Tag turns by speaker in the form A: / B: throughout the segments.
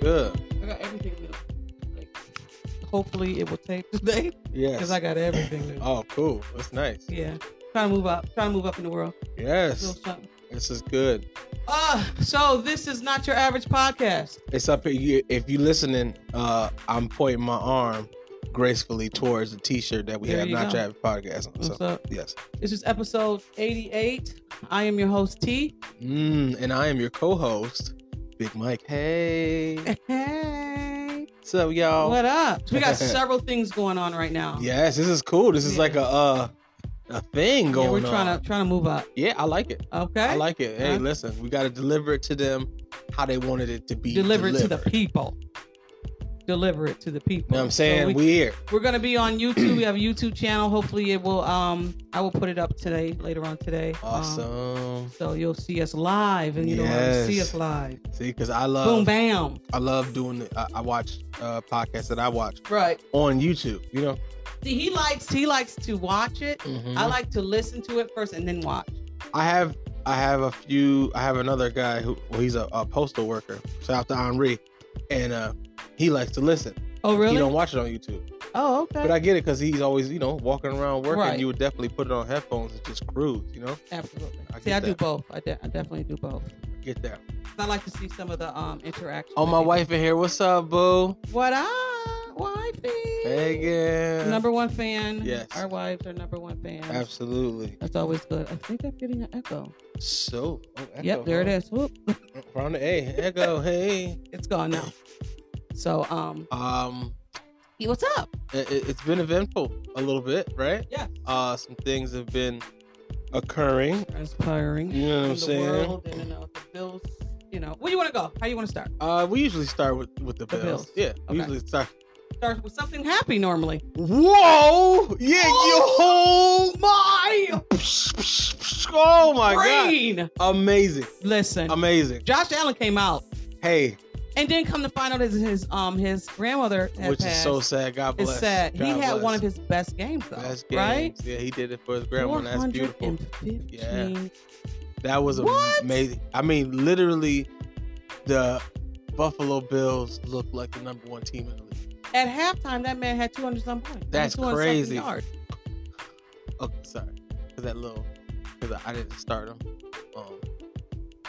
A: Good.
B: I got everything new. Like, hopefully it will take today
A: Yes.
B: because I got everything new.
A: Oh, cool. That's nice.
B: Yeah, trying to move up, trying to move up in the world. Little
A: Yes.
B: something.
A: This is good.
B: Uh, so this is not your average podcast.
A: It's up to you. If you listening, uh, I'm pointing my arm gracefully towards the T-shirt that we
B: There
A: have
B: you
A: not
B: go.
A: Chat podcast on.
B: What's
A: So
B: up?
A: yes.
B: This is episode 88. I am your host T.
A: Mm, and I am your co-host, Big Mike. Hey.
B: Hey,
A: What's up, y'all?
B: what up? So we got several things going on right now.
A: Yes, this is cool. This is
B: Yeah.
A: like a uh, a thing
B: Yeah,
A: going
B: we're
A: on.
B: trying to trying to move up.
A: Yeah, I like it.
B: Okay,
A: I like it. Hey,
B: Huh?
A: listen, we got to deliver it to them how they wanted it to be
B: deliver it to the
A: delivered.
B: people. Deliver it to the people.
A: You know what I'm
B: So
A: saying?
B: we-
A: we here.
B: We're gonna be on YouTube. We have a YouTube channel. Hopefully, it will. Um, I will put it up today, later on today. Um,
A: Awesome.
B: so you'll see us live, and you don't have to see
A: Yes.
B: us live.
A: See, because I love
B: Boom, bam.
A: I love doing the, I, I watch uh, podcasts that I watch
B: Right.
A: on YouTube. You know,
B: See, he likes he likes to watch it. I
A: I,
B: like to listen to it first and then watch.
A: I have I have a few. I have another guy who well, he's a, a postal worker. Shout out to Henri, and uh, he likes to listen.
B: Oh,
A: He
B: really?
A: don't watch it on YouTube,
B: oh, okay.
A: but I get it because he's always you know walking around working.
B: Right.
A: You would definitely put it on headphones and just cruise. You know,
B: Absolutely.
A: I
B: see,
A: get
B: I do
A: that.
B: both. I, de- I definitely do both.
A: get that.
B: I like to see some of the um interaction.
A: Oh,
B: that
A: my
B: people-
A: wife in here. What's up, boo?
B: What up, wifey?
A: Megan.
B: Number one fan.
A: Yes.
B: Our wives are number one fans.
A: Absolutely.
B: That's always good. I think I'm getting an echo.
A: So. Oh,
B: yep, there it is. Whoop,
A: is. Round the A. Echo. hey.
B: it's gone now. So, um,
A: Um.
B: hey, what's up?
A: it, it- it's been eventful a little bit, right?
B: Yeah.
A: Uh, some things have been occurring.
B: Transpiring.
A: You know what
B: in
A: I'm
B: the
A: saying?
B: world and in uh, the bills. You know, where you want to go? How you want to start?
A: Uh, we usually start with with the,
B: The
A: bills.
B: bills.
A: Yeah, we
B: Okay.
A: usually start.
B: Start with something happy normally.
A: Whoa! Yeah, yo!
B: my
A: Oh my
B: brain.
A: god! Amazing,
B: Listen,
A: amazing.
B: Josh Allen came out
A: Hey,
B: and then come to find out his, his um his grandmother had
A: which is
B: passed.
A: so sad. God
B: It's
A: bless.
B: sad.
A: God
B: he had
A: bless.
B: one of his best games though,
A: best games.
B: right?
A: Yeah, he did it for his grandma.
B: One
A: That's
B: hundred
A: beautiful.
B: and fifteen.
A: Yeah. That was
B: What?
A: amazing. I mean, literally, the Buffalo Bills look like the number one team in the league.
B: At halftime, that man had 200 some points.
A: That's
B: 200 something
A: crazy.
B: yards.
A: Oh, sorry. Cause that little, cause I, I didn't start him. Um,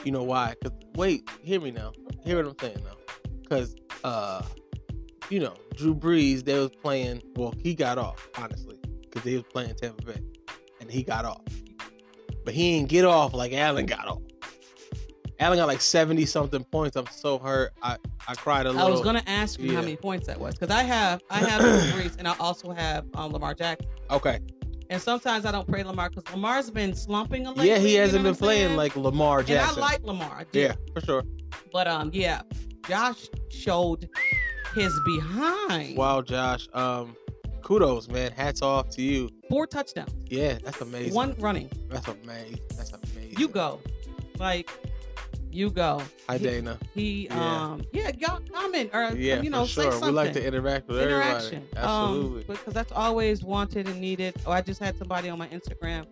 A: you know why? Cause wait, hear me now. Hear what I'm saying now. Cause uh, you know, Drew Brees, they was playing. Well, he got off honestly, cause they was playing Tampa Bay, and he got off. But he didn't get off like Allen got off. Allen got like seventy something points. I'm so hurt. I I cried a little.
B: I was gonna ask you how
A: Yeah.
B: many points that was because I have I have Drew Brees and I also have um, Lamar Jackson.
A: okay.
B: And sometimes I don't pray Lamar because Lamar's been slumping a little.
A: yeah, he hasn't been playing
B: saying?
A: like Lamar
B: And I
A: Jackson.
B: like Lamar. I do.
A: yeah, for sure.
B: But um, yeah, Josh showed his behind.
A: Wow, Josh. Um, kudos, man. Hats off to you.
B: Four touchdowns,
A: Yeah, that's amazing.
B: one running.
A: That's amazing. That's amazing.
B: You go, like you go.
A: Hi, Dana.
B: He
A: Yeah.
B: um, yeah, y'all comment or
A: Yeah,
B: you know
A: for sure.
B: say something.
A: We like to interact with
B: interaction.
A: everybody. Absolutely.
B: Um, because that's always wanted and needed. Oh, I just had somebody on my Instagram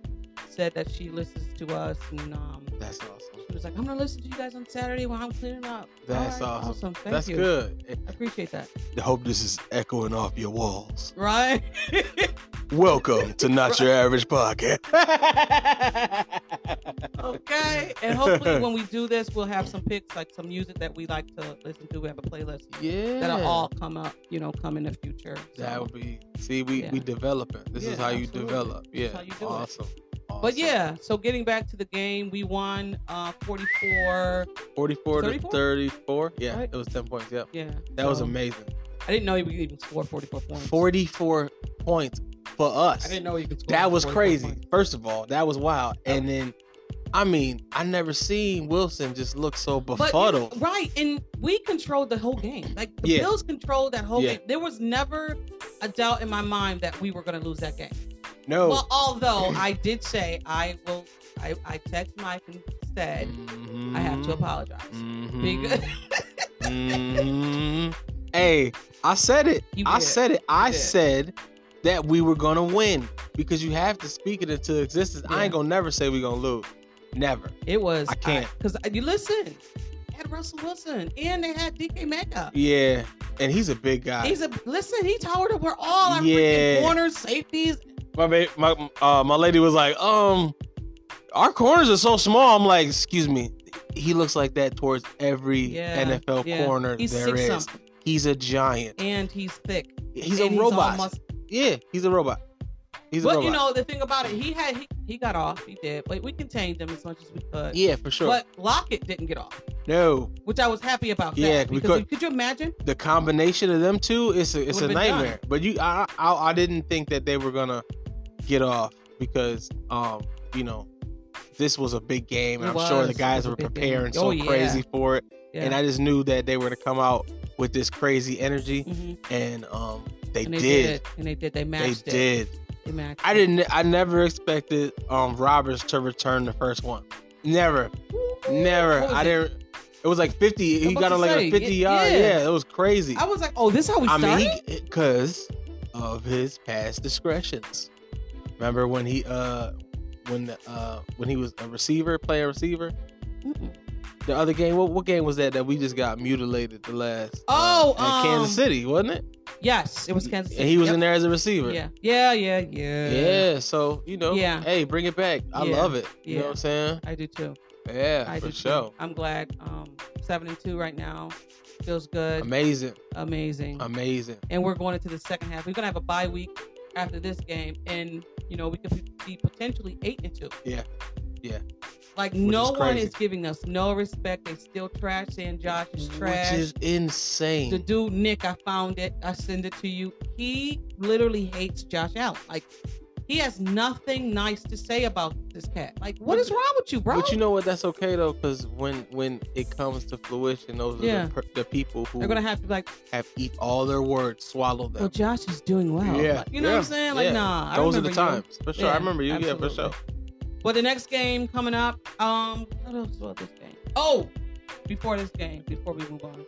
B: said that she listens to us and um
A: that's awesome.
B: she was like, I'm gonna listen to you guys on Saturday while I'm cleaning up.
A: That's
B: All
A: awesome.
B: Thank
A: that's
B: you.
A: good.
B: I appreciate that.
A: I hope this is echoing off your walls.
B: Right?
A: Welcome to Not Your Average Podcast.
B: okay. And hopefully when we do this we'll have some picks, like some music that we like to listen to. We have a playlist
A: yeah.
B: that'll all come up, you know, come in the future. So-
A: That would be. See, we
B: Yeah.
A: we developing. This
B: Yeah,
A: is how you
B: absolutely.
A: develop.
B: This
A: Yeah.
B: is how you do it.
A: awesome. awesome.
B: but yeah, so getting back to the game, we won uh 44.
A: 44 to
B: 34?
A: 34. Yeah,
B: Right.
A: it was 10 points. Yep.
B: Yeah.
A: That was
B: so-
A: amazing.
B: I didn't know he would even score 44 Um, points.
A: 44 points for
B: I
A: us.
B: didn't know he could score.
A: That was
B: 44
A: crazy.
B: points.
A: First of all, that was wild. And then, I mean, I never seen Wilson just look so
B: But
A: befuddled.
B: right, and we controlled the whole game. Like the
A: Yeah.
B: Bills controlled that whole
A: Yeah.
B: game. There was never a doubt in my mind that we were going to lose that game.
A: No.
B: Well, although I did say I will, I I text Mike and said I have
A: Mm-hmm.
B: to apologize. Because
A: Mhm. hey, I said it.
B: You
A: I
B: did.
A: said it. I
B: did.
A: said that we were gonna win because you have to speak it into existence. I
B: Yeah. Uh,
A: ain't gonna never say we gonna lose. Never.
B: it was
A: I can't.
B: because you listen. had Russell Wilson and they had DK Metcalf.
A: Yeah, and he's a big guy.
B: He's a listen. He towered over all our
A: Yeah.
B: freaking corners, safeties.
A: my ba- my uh, my lady was like, um, our corners are so small. I'm like, excuse me. He looks like that towards every
B: Yeah,
A: NFL
B: yeah.
A: corner
B: He's
A: there
B: six
A: is.
B: something,
A: He's a giant.
B: and he's thick.
A: He's
B: and
A: a robot.
B: almost-
A: Yeah, he's a robot. He's a
B: but
A: robot.
B: you know the thing about it, he had he, he got off. He did. But we contained him as much as we could.
A: yeah, for sure.
B: But Lockett didn't get off,
A: no,
B: which I was happy about. that,
A: Yeah, we
B: because
A: could-
B: could you imagine?
A: the combination of them two, it's a, it's a
B: would've been done.
A: nightmare. But you, I, I, I didn't think that they were gonna get off because, um, you know, this was a big game, and
B: It
A: I'm sure the
B: was. It was
A: guys
B: a
A: were
B: big game.
A: preparing so
B: Oh, yeah.
A: crazy for it.
B: Yeah.
A: And I just knew that they were to come out with this crazy energy,
B: Mhm.
A: and um, they,
B: and they
A: did.
B: And they did. They
A: They
B: matched it.
A: did.
B: They matched
A: I
B: it.
A: didn't. I never expected um Roberts to return the first one. Never, never.
B: What was
A: I
B: it?
A: didn't. It was like 50. He
B: I'm about
A: got
B: to
A: on like
B: say,
A: a 50
B: yeah,
A: yard.
B: yeah.
A: Yeah, it was crazy.
B: I was like, oh, this how we
A: I
B: started.
A: mean, because of his past discretions. Remember when he uh when the, uh when he was a receiver, player receiver.
B: Mm-mm.
A: The other game, what, what game was that that we just got mutilated the last? uh,
B: Oh,
A: in Kansas
B: um,
A: City, wasn't it?
B: Yes, it was Kansas.
A: And
B: City.
A: he was
B: Yep.
A: in there as a receiver.
B: Yeah, yeah, yeah, yeah.
A: Yeah, so you know,
B: Yeah.
A: hey, bring it back. I
B: Yeah.
A: love it. You know
B: Yeah.
A: what I'm saying?
B: I do too.
A: Yeah,
B: I
A: for
B: do
A: sure.
B: too. I'm glad. Um, seven and two right now feels good.
A: Amazing,
B: Amazing.
A: amazing.
B: and we're going into the second half. We're gonna have a bye week after this game, and you know we could be potentially eight and two.
A: Yeah. Yeah.
B: Like
A: is
B: no one
A: crazy.
B: is giving us no respect. They still trash saying Josh is trash.
A: Which is insane.
B: the dude Nick, I found it. I send it to you. He literally hates Josh Allen. Like he has nothing nice to say about this cat. Like what is wrong with you, bro?
A: But you know what? That's okay though, because when when it comes to fruition, those are
B: Yeah.
A: the, per- the people who
B: They're gonna have to be like,
A: have eat all their words, swallow them.
B: well, Josh is doing well.
A: Yeah,
B: Like, you know
A: yeah,
B: what I'm saying? Like,
A: yeah.
B: nah. I
A: those are
B: remember
A: the
B: you.
A: times for sure. I
B: Yeah,
A: remember you. Yeah, for
B: absolutely.
A: sure.
B: But the next game coming up, um, what else about this game? Oh, before this game, before we move on,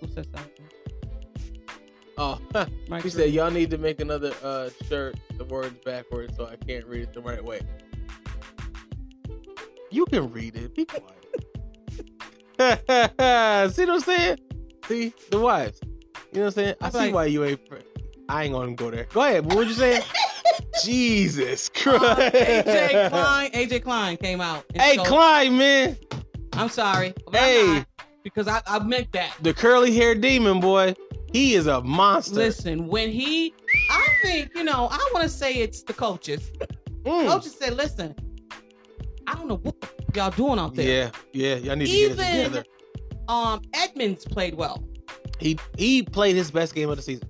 B: who said something?
A: Oh,
B: Mike
A: he said y'all need to make another uh, shirt. The words backwards, so I can't read it the right way. You can read it. Be quiet. see what I'm saying? See the wives. You know what I'm saying? I
B: I'm
A: see
B: like-
A: why you ain't. Fr- I ain't gonna go there. Go ahead. What would you say? Jesus
B: Uh,
A: Christ.
B: AJ Klein, AJ Klein came out. and
A: Hey,
B: so-
A: Klein, man,
B: I'm sorry. but I'm
A: Hey.
B: not, because I, I meant that.
A: the curly haired demon boy, he is a monster.
B: Listen, when he, I think you know, I want to say it's the coaches.
A: Mm.
B: Coaches said, listen, I don't know what y'all doing out there.
A: Yeah, yeah, y'all need to get it
B: Even
A: together.
B: um Edmonds played well,
A: He he played his best game of the season,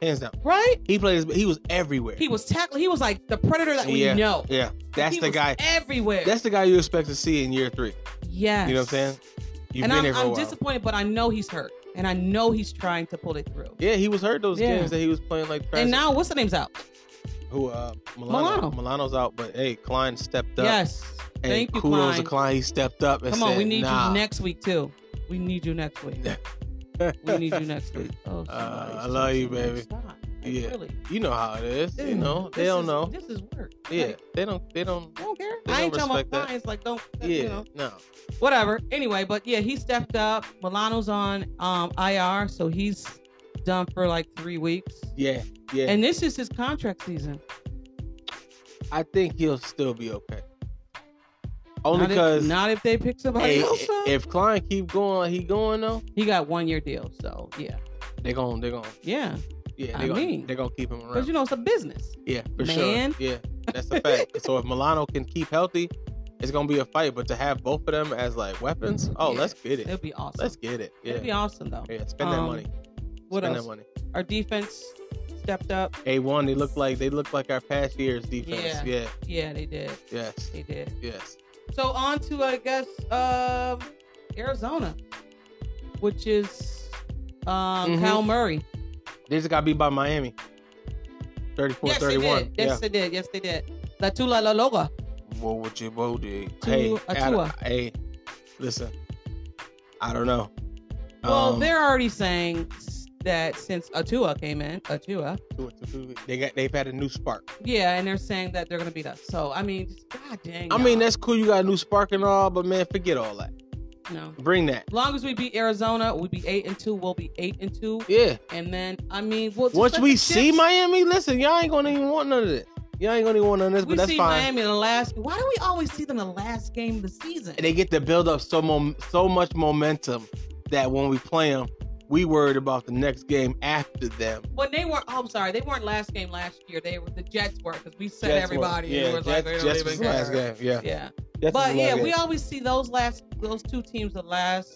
A: hands down.
B: right?
A: He played his. He was everywhere.
B: He was tackling. He was like the predator that we
A: Yeah.
B: know.
A: yeah, that's
B: He
A: the
B: was
A: guy.
B: everywhere.
A: That's the guy you expect to see in year three.
B: yes.
A: You know what I'm saying? You've
B: and
A: been
B: I'm,
A: here for
B: I'm
A: a while.
B: disappointed, but I know he's hurt, and I know he's trying to pull it through.
A: yeah, he was hurt those
B: Yeah.
A: games that he was playing like trash.
B: And now, what's the name's out?
A: who uh Milano.
B: Milano.
A: Milano's out, but hey, Klein stepped up.
B: Yes.
A: and
B: Thank you,
A: kudos
B: Klein.
A: to Klein. He stepped up and
B: Come
A: said,
B: on, we need
A: nah.
B: you next week too. We need you next week. we need you next week. Oh, somebody's
A: Uh, I love you,
B: touching me.
A: baby.
B: Stop. Like,
A: Yeah.
B: Really.
A: You know how it is. You
B: Dude,
A: know they
B: this
A: don't
B: is-
A: know.
B: This is work.
A: Yeah,
B: Like,
A: they don't. They don't.
B: I don't care.
A: They
B: I
A: don't
B: ain't telling my
A: respect that.
B: clients like don't.
A: Yeah,
B: You know.
A: no.
B: whatever. Anyway, but yeah, he stepped up. Milano's on um, IR, so he's done for like three weeks.
A: Yeah, yeah.
B: And this is his contract season.
A: I think he'll still be okay. Only
B: Not if-
A: because
B: not if they pick somebody else up.
A: if Klein keep going, like he going though.
B: he got one year deal, so yeah,
A: They gon' they gon'
B: yeah,
A: yeah
B: I
A: they gon'
B: mean,
A: they gon' keep him
B: because
A: around.
B: you know it's a business.
A: yeah, for
B: Man.
A: sure. Yeah, that's a fact. so if Milano can keep healthy, it's gonna be a fight. But to have both of them as like weapons, oh,
B: Mm-hmm. Yeah.
A: let's get
B: It'll
A: it.
B: be awesome.
A: Let's get it. Yeah,
B: It'll be awesome though.
A: yeah. Spend that
B: Um,
A: money.
B: What
A: spend
B: else?
A: that money.
B: Our defense stepped up.
A: A one, they look like they look like our past year's defense.
B: Yeah.
A: Yeah.
B: Yeah, they did.
A: Yes.
B: They did.
A: Yes.
B: So on to I guess um, Arizona, which is um,
A: Mhm.
B: Kyle Murray.
A: They just got beat by Miami. 34
B: Yes, they
A: 31.
B: did. Yes, they did. Yes, they did. La Tula La Loga.
A: What would you both do?
B: To
A: Hey,
B: a
A: I-
B: tour.
A: hey, listen. I don't know.
B: Well,
A: Um,
B: they're already saying s- that since Atua came in, Atua,
A: they got they've had a new spark.
B: yeah, and they're saying that they're gonna beat us. So I mean, just- God dang.
A: I mean,
B: y'all.
A: that's cool. You got a new spark and all, but man, forget all that.
B: No.
A: Bring that.
B: As long as we beat Arizona, we be eight and two. We'll be eight and two,
A: Yeah.
B: and then I mean, we'll just
A: Once
B: let
A: we
B: the
A: see
B: chips-
A: Miami, listen, y'all ain't gonna even want none of this. Y'all ain't gonna even want none of this,
B: we
A: but that's
B: see
A: fine.
B: Miami in the last. Why do we always see them in the last game of the season?
A: And they get to build up so mo- so much momentum that when we play them, we worried about the next game after them.
B: when they were, oh, I'm sorry, they weren't last game last year. They were the Jets were because we said
A: Jets were-
B: everybody.
A: yeah,
B: and we were like,
A: Jets,
B: they don't
A: Jets
B: even
A: was the last
B: care.
A: game, yeah.
B: Yeah,
A: Jets was
B: but
A: the
B: yeah,
A: last game.
B: we always see those last those two teams the last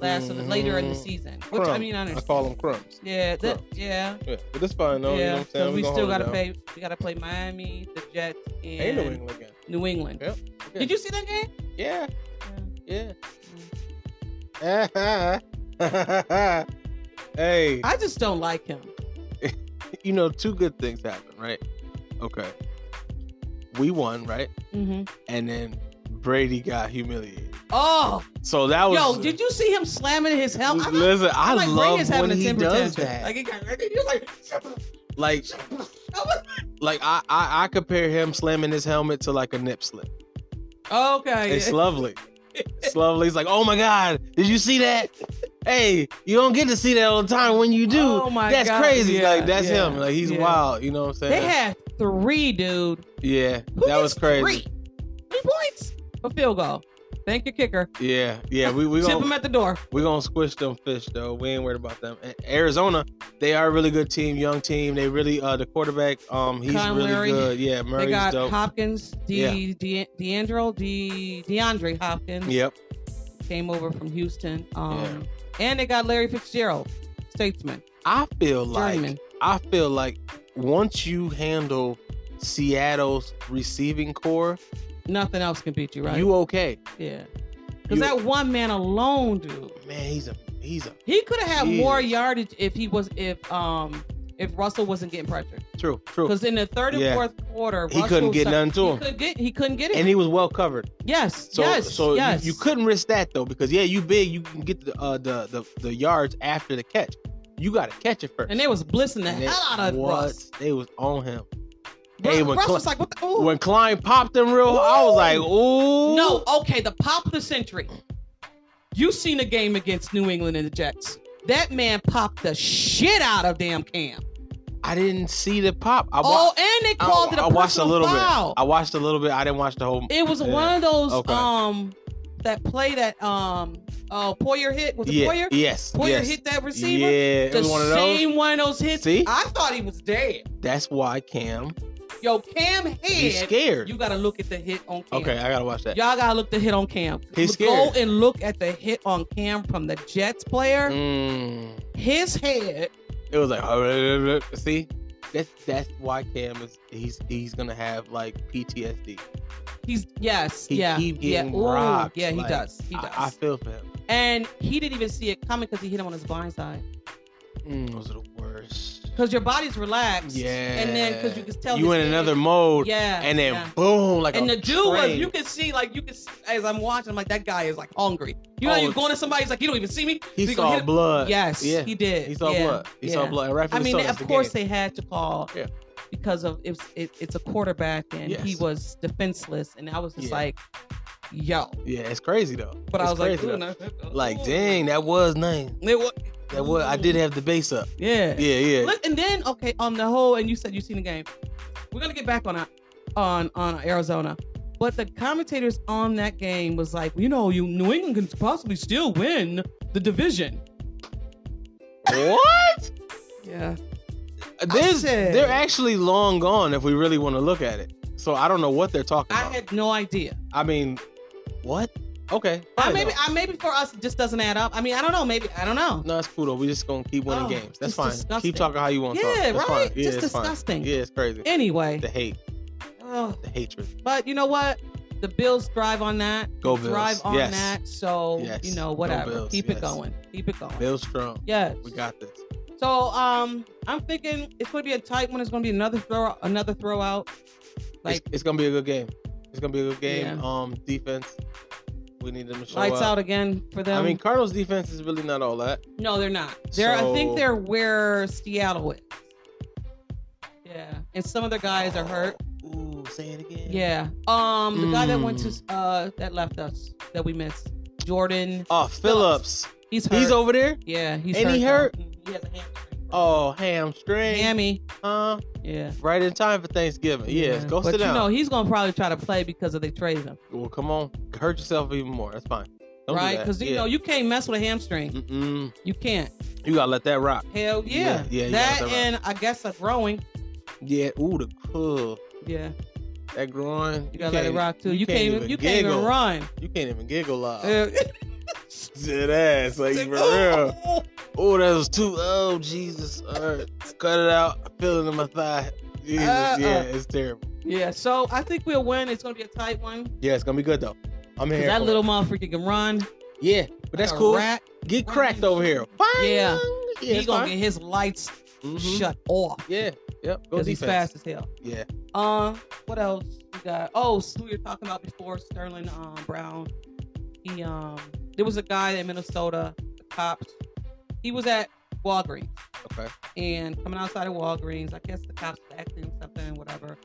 B: last of the, later in the
A: Mm,
B: season, which I
A: crumbs.
B: mean, I
A: I
B: understand.
A: call them crumbs.
B: yeah, that,
A: crumbs.
B: yeah,
A: Yeah, but it's fine though. you know what
B: yeah.
A: I'm
B: Because
A: saying?
B: we
A: gonna
B: still
A: hold it
B: gotta
A: down.
B: play. We gotta play Miami, the Jets,
A: Ain't
B: and
A: New England game.
B: New England.
A: Yep. Yeah.
B: Did you see that game?
A: Yeah, yeah.
B: Mm.
A: hey,
B: I just don't like him.
A: you know, two good things happened, right? Okay, we won, right?
B: Mm-hmm.
A: And then Brady got humiliated.
B: Oh,
A: So that was
B: yo, did you see him slamming his helmet? I'm like-
A: Listen, I
B: I'm like, Ray
A: love
B: is having
A: when
B: a
A: he
B: temper
A: does
B: tantrum.
A: that.
B: Like,
A: Like,
B: he got, he was like, shut up,
A: like,
B: shut up. I was
A: I, I, I compare him slamming his helmet to like a nip slip.
B: Okay.
A: It's lovely. It's lovely. It's like, oh my god, did you see that? Hey, you don't get to see that all the time. When you do,
B: Oh my
A: that's
B: God.
A: crazy.
B: Yeah,
A: like that's
B: yeah,
A: him. Like he's
B: yeah.
A: wild. You know what I'm saying?
B: They had three, dude.
A: yeah,
B: Who
A: that was
B: gets
A: crazy.
B: Three, three points. A field goal. Thank your kicker.
A: Yeah, yeah. We we
B: Chip him
A: gonna
B: at the door.
A: we gonna squish them fish though. We ain't worried about them. And Arizona, they are a really good team, young team. They really uh the quarterback. Um, he's
B: Kyler
A: really
B: Murray.
A: good. Yeah, Murray's
B: they got
A: dope.
B: Hopkins, De, De, DeAndre, De, DeAndre Hopkins
A: Yep.
B: came over from Houston. Um, And they got Larry Fitzgerald, statesman,
A: I feel like
B: journeyman.
A: I feel like once you handle Seattle's receiving core,
B: Nothing else can beat you, right?
A: you okay.
B: yeah.
A: you-
B: Because that one man alone, dude.
A: Man, he's a he's a
B: He could have had
A: Jesus.
B: more yardage if he was if um if Russell wasn't getting pressured.
A: true, true.
B: Because in the third and
A: Yeah.
B: fourth quarter,
A: He
B: Russell
A: couldn't get
B: sa-
A: nothing to
B: he
A: him.
B: Could get, he couldn't get it.
A: And he was well covered.
B: yes,
A: So
B: yes,
A: so you-
B: yes.
A: you, couldn't risk that though, because yeah, you big, you can get the uh the the, the yards after the catch. You gotta catch it first.
B: And they was blissing the
A: And
B: hell
A: they-
B: out of
A: what?
B: Russ.
A: They was on him.
B: Ru-
A: Hey, when
B: Russ
A: Cla-
B: was like, what the? Ooh.
A: When Klein popped him real, I was like, ooh.
B: no, okay, the pop of the century. You seen a game against New England and the Jets. That man popped the shit out of damn Cam.
A: I didn't see the pop. I,
B: oh,
A: wa-
B: and they
A: I-
B: called it a
A: I watched a
B: personal
A: little
B: foul.
A: bit. I watched a little bit. I didn't watch the whole.
B: It was
A: Yeah.
B: one of those
A: Okay.
B: um that play that um oh Poyer hit was it
A: yeah.
B: Poyer?
A: Yes.
B: Poyer
A: yes.
B: hit that receiver.
A: Yeah, it
B: The
A: was one of those.
B: same one of those hits.
A: See?
B: I thought he was dead.
A: That's why Cam
B: Yo, Cam
A: he's
B: head.
A: scared.
B: You gotta look at the hit on Cam.
A: okay, I gotta watch that.
B: Y'all gotta look the hit on Cam.
A: He's
B: Go
A: scared.
B: and look at the hit on Cam from the Jets player.
A: Mm.
B: His head.
A: It was like "Oh, see. That's that's why Cam is he's he's gonna have like PTSD.
B: He's yes,
A: He
B: yeah,
A: keep
B: yeah,
A: getting
B: Ooh,
A: robbed,
B: yeah. He
A: like,
B: does, he does.
A: I, I feel for him.
B: and he didn't even see it coming because he hit him on his blind side.
A: Mm, those are the worst.
B: Because your body's relaxed,
A: Yeah.
B: and then because you can tell
A: you
B: his
A: in
B: head-
A: another mode.
B: yeah,
A: And then
B: yeah.
A: boom, like
B: and
A: a
B: the dude was
A: train.
B: you could see like you could see, as I'm watching I'm like that guy is like hungry. You know
A: Oh.
B: you're going to somebody he's like you don't even see me.
A: he
B: we gonna
A: saw
B: hit-
A: blood.
B: yes,
A: yeah.
B: he did.
A: He saw
B: yeah.
A: blood. He
B: yeah.
A: saw blood. And rightfully
B: I mean,
A: so, that's
B: of
A: the
B: course
A: game.
B: they had to call
A: Yeah.
B: because of it's it, it's a quarterback and he
A: Yes.
B: was defenseless and I was just
A: Yeah.
B: like, yo.
A: Yeah, it's crazy though.
B: But
A: It's
B: I was like,
A: crazy,
B: ooh,
A: though.
B: no.
A: Like, dang, that was nice.
B: It wa-
A: That was I did have the base up.
B: yeah.
A: Yeah, yeah.
B: Look, and then okay, on the whole, and you said you seen the game. We're gonna get back on our, on on Arizona, but the commentators on that game was like, you know, you New England can possibly still win the division.
A: what?
B: Yeah,
A: There's,
B: said-
A: they're actually long gone if we really want to look at it. So I don't know what they're talking
B: I
A: about.
B: had no idea.
A: I mean, what? Okay.
B: I
A: fine,
B: maybe
A: though.
B: I maybe for us it just doesn't add up. I mean, I don't know. Maybe I don't know.
A: no, it's cool though. We just gonna keep winning
B: Oh,
A: games. That's
B: just
A: fine.
B: disgusting.
A: Keep talking how you want to talk.
B: Yeah,
A: That's
B: right?
A: Fine. Yeah,
B: Just
A: it's fine.
B: disgusting.
A: Yeah, it's crazy.
B: Anyway,
A: The hate,
B: Ugh.
A: the hatred.
B: but you know what? The Bills thrive on that.
A: Go Bills.
B: Thrive on
A: yes.
B: that. So
A: Yes.
B: you know
A: Go
B: whatever.
A: Bills,
B: Keep
A: yes.
B: it going. Keep it going.
A: Bill Strong.
B: Yes.
A: We got this.
B: So um, I'm thinking it's gonna be a tight one. It's gonna be another throw, another throw out. Like
A: it's, it's gonna be a good game. It's gonna be a good game.
B: Yeah.
A: Um, defense. We need them to show
B: lights
A: up.
B: out again for them.
A: I mean, Cardinals defense is really not all that.
B: no, they're not. They're I
A: So-
B: think they're where Seattle is. Yeah, and some of their guys are hurt.
A: Ooh, say it again.
B: Yeah. Um, the guy that went
A: Mm.
B: to uh that left us that we missed. Jordan.
A: Oh, Phillips.
B: He's hurt.
A: He's over there.
B: yeah, he's
A: and he
B: though. Mhm, He has a hamstring.
A: Oh, hamstring.
B: Hammy.
A: Huh?
B: Yeah.
A: Right in time for Thanksgiving. Yes, go
B: but
A: sit down.
B: you know he's gonna probably try to play because of they trade him,
A: well, come on. Hurt yourself even more. That's fine. Don't
B: right? Because you know you can't mess with a hamstring.
A: you. Mm-mm.
B: You can't.
A: You gotta let that rock.
B: Hell yeah.
A: Mm. Yeah, yeah, you
B: that
A: got that right.
B: and I guess a growing.
A: Yeah. Ooh, the cool.
B: Yeah.
A: That groin.
B: You gotta let it
A: can't-
B: rock too. You, can't, even. You can't even
A: giggle.
B: run.
A: You can't even giggle loud.
B: Yeah.
A: Dead ass, like for real. Oh, that was too. Oh, Jesus. All right, cut it out. I feel it in my thigh. Jesus,
B: Uh-uh.
A: yeah, it's terrible.
B: Yeah, so I think we'll win. It's gonna be a tight one. 'Cause
A: Yeah, it's gonna be good though. I'm here.
B: that
A: for
B: little
A: it.
B: motherfucker can run.
A: yeah, but that's
B: like a
A: cool.
B: Rat.
A: Get cracked over here. Fine.
B: Yeah.
A: yeah,
B: he
A: it's
B: gonna
A: fine.
B: get his lights
A: Mhm.
B: shut off
A: Yeah, yep. Go
B: because he's
A: defense.
B: fast as hell.
A: Yeah,
B: Um, what else we got? Oh, so we were talking about before Sterling um, Brown. He um, there was a guy in Minnesota, the cops. He was at Walgreens.
A: okay.
B: and coming outside of Walgreens, I guess the cops asked him something, whatever,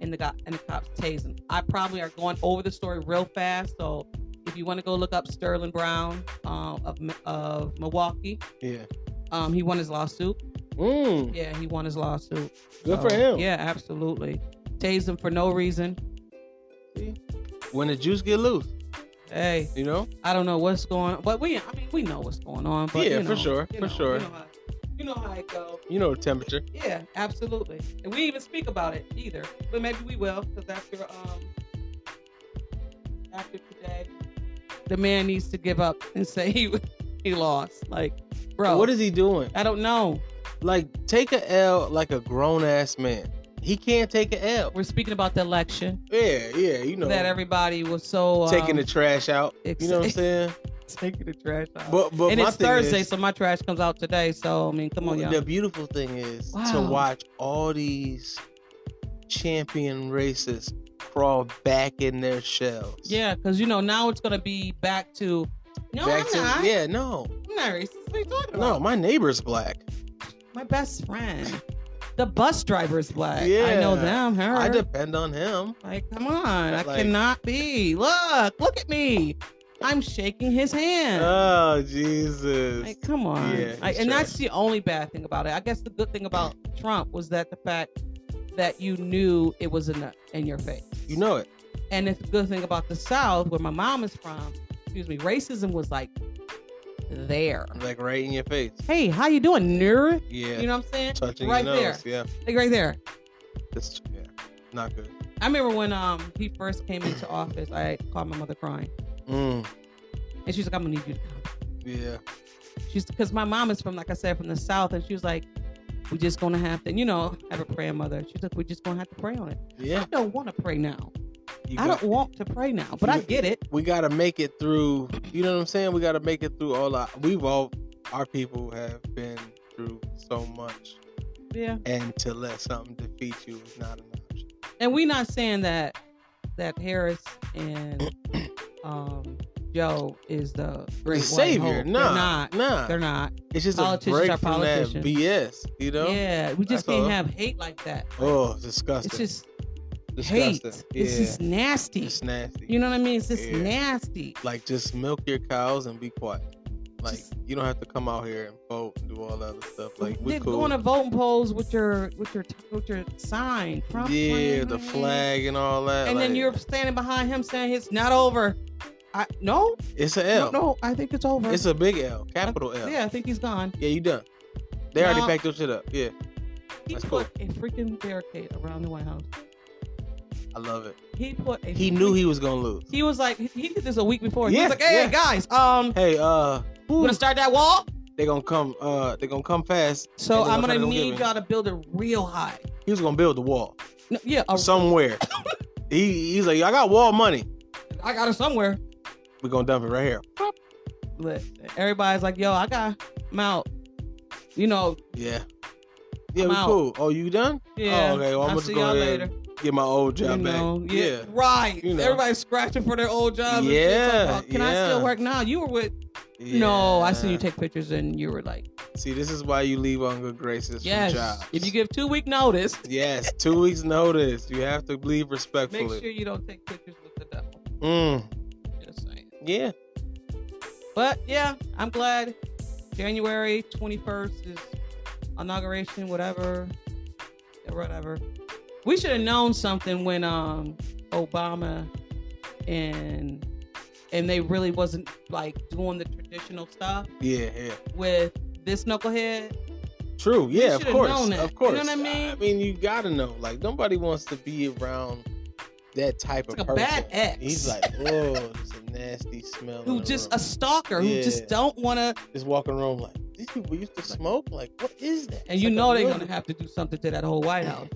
B: and the guy and the cops tased him. I probably are going over the story real fast, so if you want to go look up Sterling Brown um, of Mi- of Milwaukee,
A: Yeah.
B: um, he won his lawsuit.
A: Mm,
B: Yeah, he won his lawsuit.
A: good
B: So,
A: for him.
B: Uh-huh. Yeah, absolutely. Tased him for no reason.
A: When the juice get loose,
B: Hey,
A: you know.
B: I don't know what's going on, but we I mean we know what's going on. But,
A: Yeah,
B: you
A: for
B: know,
A: sure,
B: you
A: for
B: know,
A: sure.
B: You know, how, you know how it goes.
A: You know the temperature.
B: Yeah, absolutely. And we didn't even speak about it either. But maybe we will, because after um after today, the man needs to give up and say he he lost. Like, bro,
A: What is he doing?
B: I don't know.
A: Like, take a L like a grown ass man. He can't take a L.
B: We're speaking about the election
A: Yeah, yeah, you know.
B: that everybody was so um,
A: taking the trash out.
B: ex-
A: You know what I'm saying?
B: taking the trash out.
A: But but
B: and
A: my
B: it's
A: thing
B: Thursday,
A: is,
B: so my trash comes out today. So I mean, come on, y'all.
A: the beautiful thing is to
B: Wow.
A: watch all these champion races crawl back in their shells.
B: Yeah, because you know now it's gonna be back to no,
A: back
B: I'm
A: to
B: not.
A: yeah, no,
B: I'm not racist. What are you talking about?
A: no. My neighbor's black.
B: my best friend. The bus driver's black. I
A: Yeah.
B: know them. Her.
A: I depend on him.
B: like, come on. I
A: Like-
B: cannot be. Look, look at me. I'm shaking his hand.
A: Oh Jesus!
B: like, come on.
A: yeah,
B: Like,
A: he's
B: and
A: trash.
B: that's the only bad thing about it. I guess the good thing about Trump was that the fact that you knew it was in, the, in your face.
A: you know it.
B: And it's the good thing about the South, where my mom is from, excuse me, racism was like there.
A: Like right in your face.
B: Hey, how you doing, nerd?
A: Yeah.
B: You know what I'm saying?
A: Touching
B: right
A: your
B: there.
A: nose. Yeah.
B: Like right there.
A: That's yeah. Not good.
B: I remember when um he first came into office, I called my mother crying,
A: Mm,
B: and she's like, "I'm gonna need you to come."
A: yeah.
B: She's because my mom is from, like I said, from the south, and she was like, "We're just gonna have to, you know, have a prayer, mother." She's like, "We're just gonna have to pray on it."
A: Yeah.
B: I don't want to pray now.
A: You
B: I
A: got-
B: don't want to pray now, but I
A: You-
B: get it.
A: we gotta make it through you know what I'm saying? We gotta make it through all our we've all our people have been through so much
B: Yeah,
A: and to let something defeat you is not an option.
B: and we're not saying that that Harris and um Joe is the
A: The
B: great White
A: savior,
B: hope.
A: nah,
B: they're not.
A: nah.
B: They're not.
A: it's just a
B: politicians
A: break
B: are
A: from that
B: politicians.
A: BS, you know?
B: yeah, we just
A: That's
B: can't
A: all.
B: have hate like that.
A: Oh,
B: It's
A: disgusting.
B: just hate.
A: disgusting. Yeah.
B: It's just nasty.
A: It's nasty.
B: You know what I mean? It's just
A: Yeah.
B: nasty.
A: like just milk your cows and be quiet. Like
B: Just-
A: you don't have to come out here and vote and do all that other stuff. Like we
B: They're
A: are cool.
B: going to voting polls with your with your with your sign, Trump
A: yeah,
B: flag,
A: the flag and all that.
B: and then
A: like,
B: you're standing behind him saying it's not over. I no,
A: it's a
B: no,
A: L.
B: no, I think it's over.
A: It's a big L, capital L.
B: yeah, I think he's gone.
A: Yeah, you done. They
B: Now-
A: already packed your shit up. Yeah,
B: He
A: That's
B: put a freaking barricade around the White House.
A: I love it.
B: He put a
A: He knew he was gonna lose.
B: he was like he did this a week before. He
A: Yeah,
B: was like, hey
A: yeah.
B: guys, um,
A: Hey, uh,
B: we're gonna start that wall.
A: they gonna come. Uh, they gonna come fast.
B: So
A: And then
B: I'm
A: that's how
B: gonna
A: they gonna give
B: need
A: it.
B: y'all to build it real high.
A: He was gonna build the wall
B: No, yeah, a,
A: somewhere. he he's like, I got wall money.
B: I got it somewhere.
A: We gonna dump it right here.
B: Listen, everybody's like, yo, I got I'm out. You know,
A: Yeah. Yeah,
B: I'm
A: we
B: out.
A: cool. Oh, you done?
B: yeah.
A: Oh, okay. Well, I'm
B: I'll
A: gonna
B: see
A: go
B: y'all
A: ahead
B: later.
A: and get my old job
B: you
A: back.
B: know,
A: Yeah.
B: Right.
A: You know.
B: Everybody's scratching for their old job. and shit. It's
A: Yeah,
B: Like, oh, can I
A: yeah.
B: still work now? You were with No, I seen you
A: Yeah.
B: take pictures and you were like,
A: See, this is why you leave on good graces
B: Yes.
A: from jobs.
B: If you give two week notice,
A: yes, two weeks notice. You have to leave
B: make
A: respectfully.
B: sure you don't take pictures with the devil.
A: Mm.
B: Just saying.
A: Yeah.
B: But yeah, I'm glad January 21st is inauguration, whatever, or whatever. We should have known something when um Obama and and they really wasn't like doing the traditional stuff
A: Yeah, yeah.
B: with this knucklehead.
A: True. Yeah, of
B: should've
A: course.
B: known that.
A: Of course.
B: You know what I mean?
A: I mean, you gotta know. Like nobody wants to be around that type
B: It's
A: of
B: like a
A: person.
B: bad ex.
A: He's like, oh, it's a nasty smell. in
B: Who
A: the
B: just a
A: room."
B: stalker who
A: Uh-huh. Yeah.
B: just don't want to,
A: just walking around like these people used to smoke. Like, Mm. what is that?
B: and you know they're gonna have to do something to that whole White House.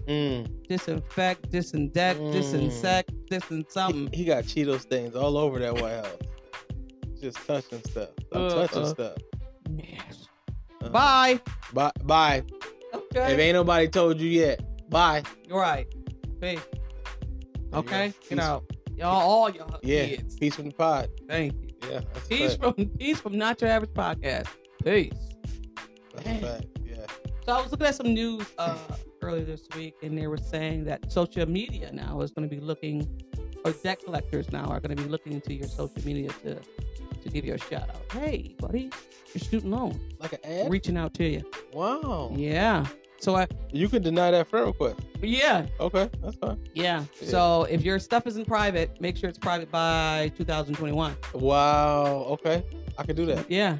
B: Disinfect, disinfect,
A: Mm.
B: disinsect, this and something.
A: He, he got Cheetos stains all over that White House. Just touching stuff. I'm
B: Uh,
A: touching
B: uh.
A: stuff.
B: Yes.
A: Uh,
B: Bye.
A: Bye. Bye. If
B: Okay.
A: ain't nobody told you yet, bye.
B: You're right. Peace. Okay.
A: Peace-
B: Get out. Y'all, all y'all
A: Yeah.
B: kids.
A: Peace from the pod.
B: Thank you.
A: Yeah. That's a
B: Peace
A: fact.
B: from peace from Not Your Average Podcast. Peace.
A: That's a fact. Yeah.
B: So I was looking at some news uh, earlier this week, and they were saying that social media now is going to be looking, or debt collectors now are going to be looking to your social media to to give you a shout out. Hey, buddy, your student loan
A: Like an ad.
B: reaching out to you.
A: wow.
B: Yeah. So I
A: You can deny that friend request.
B: yeah
A: Okay, that's fine.
B: yeah.
A: Yeah.
B: So if your stuff isn't private, make sure it's private by 2021.
A: Wow. Okay, I can do that.
B: Yeah.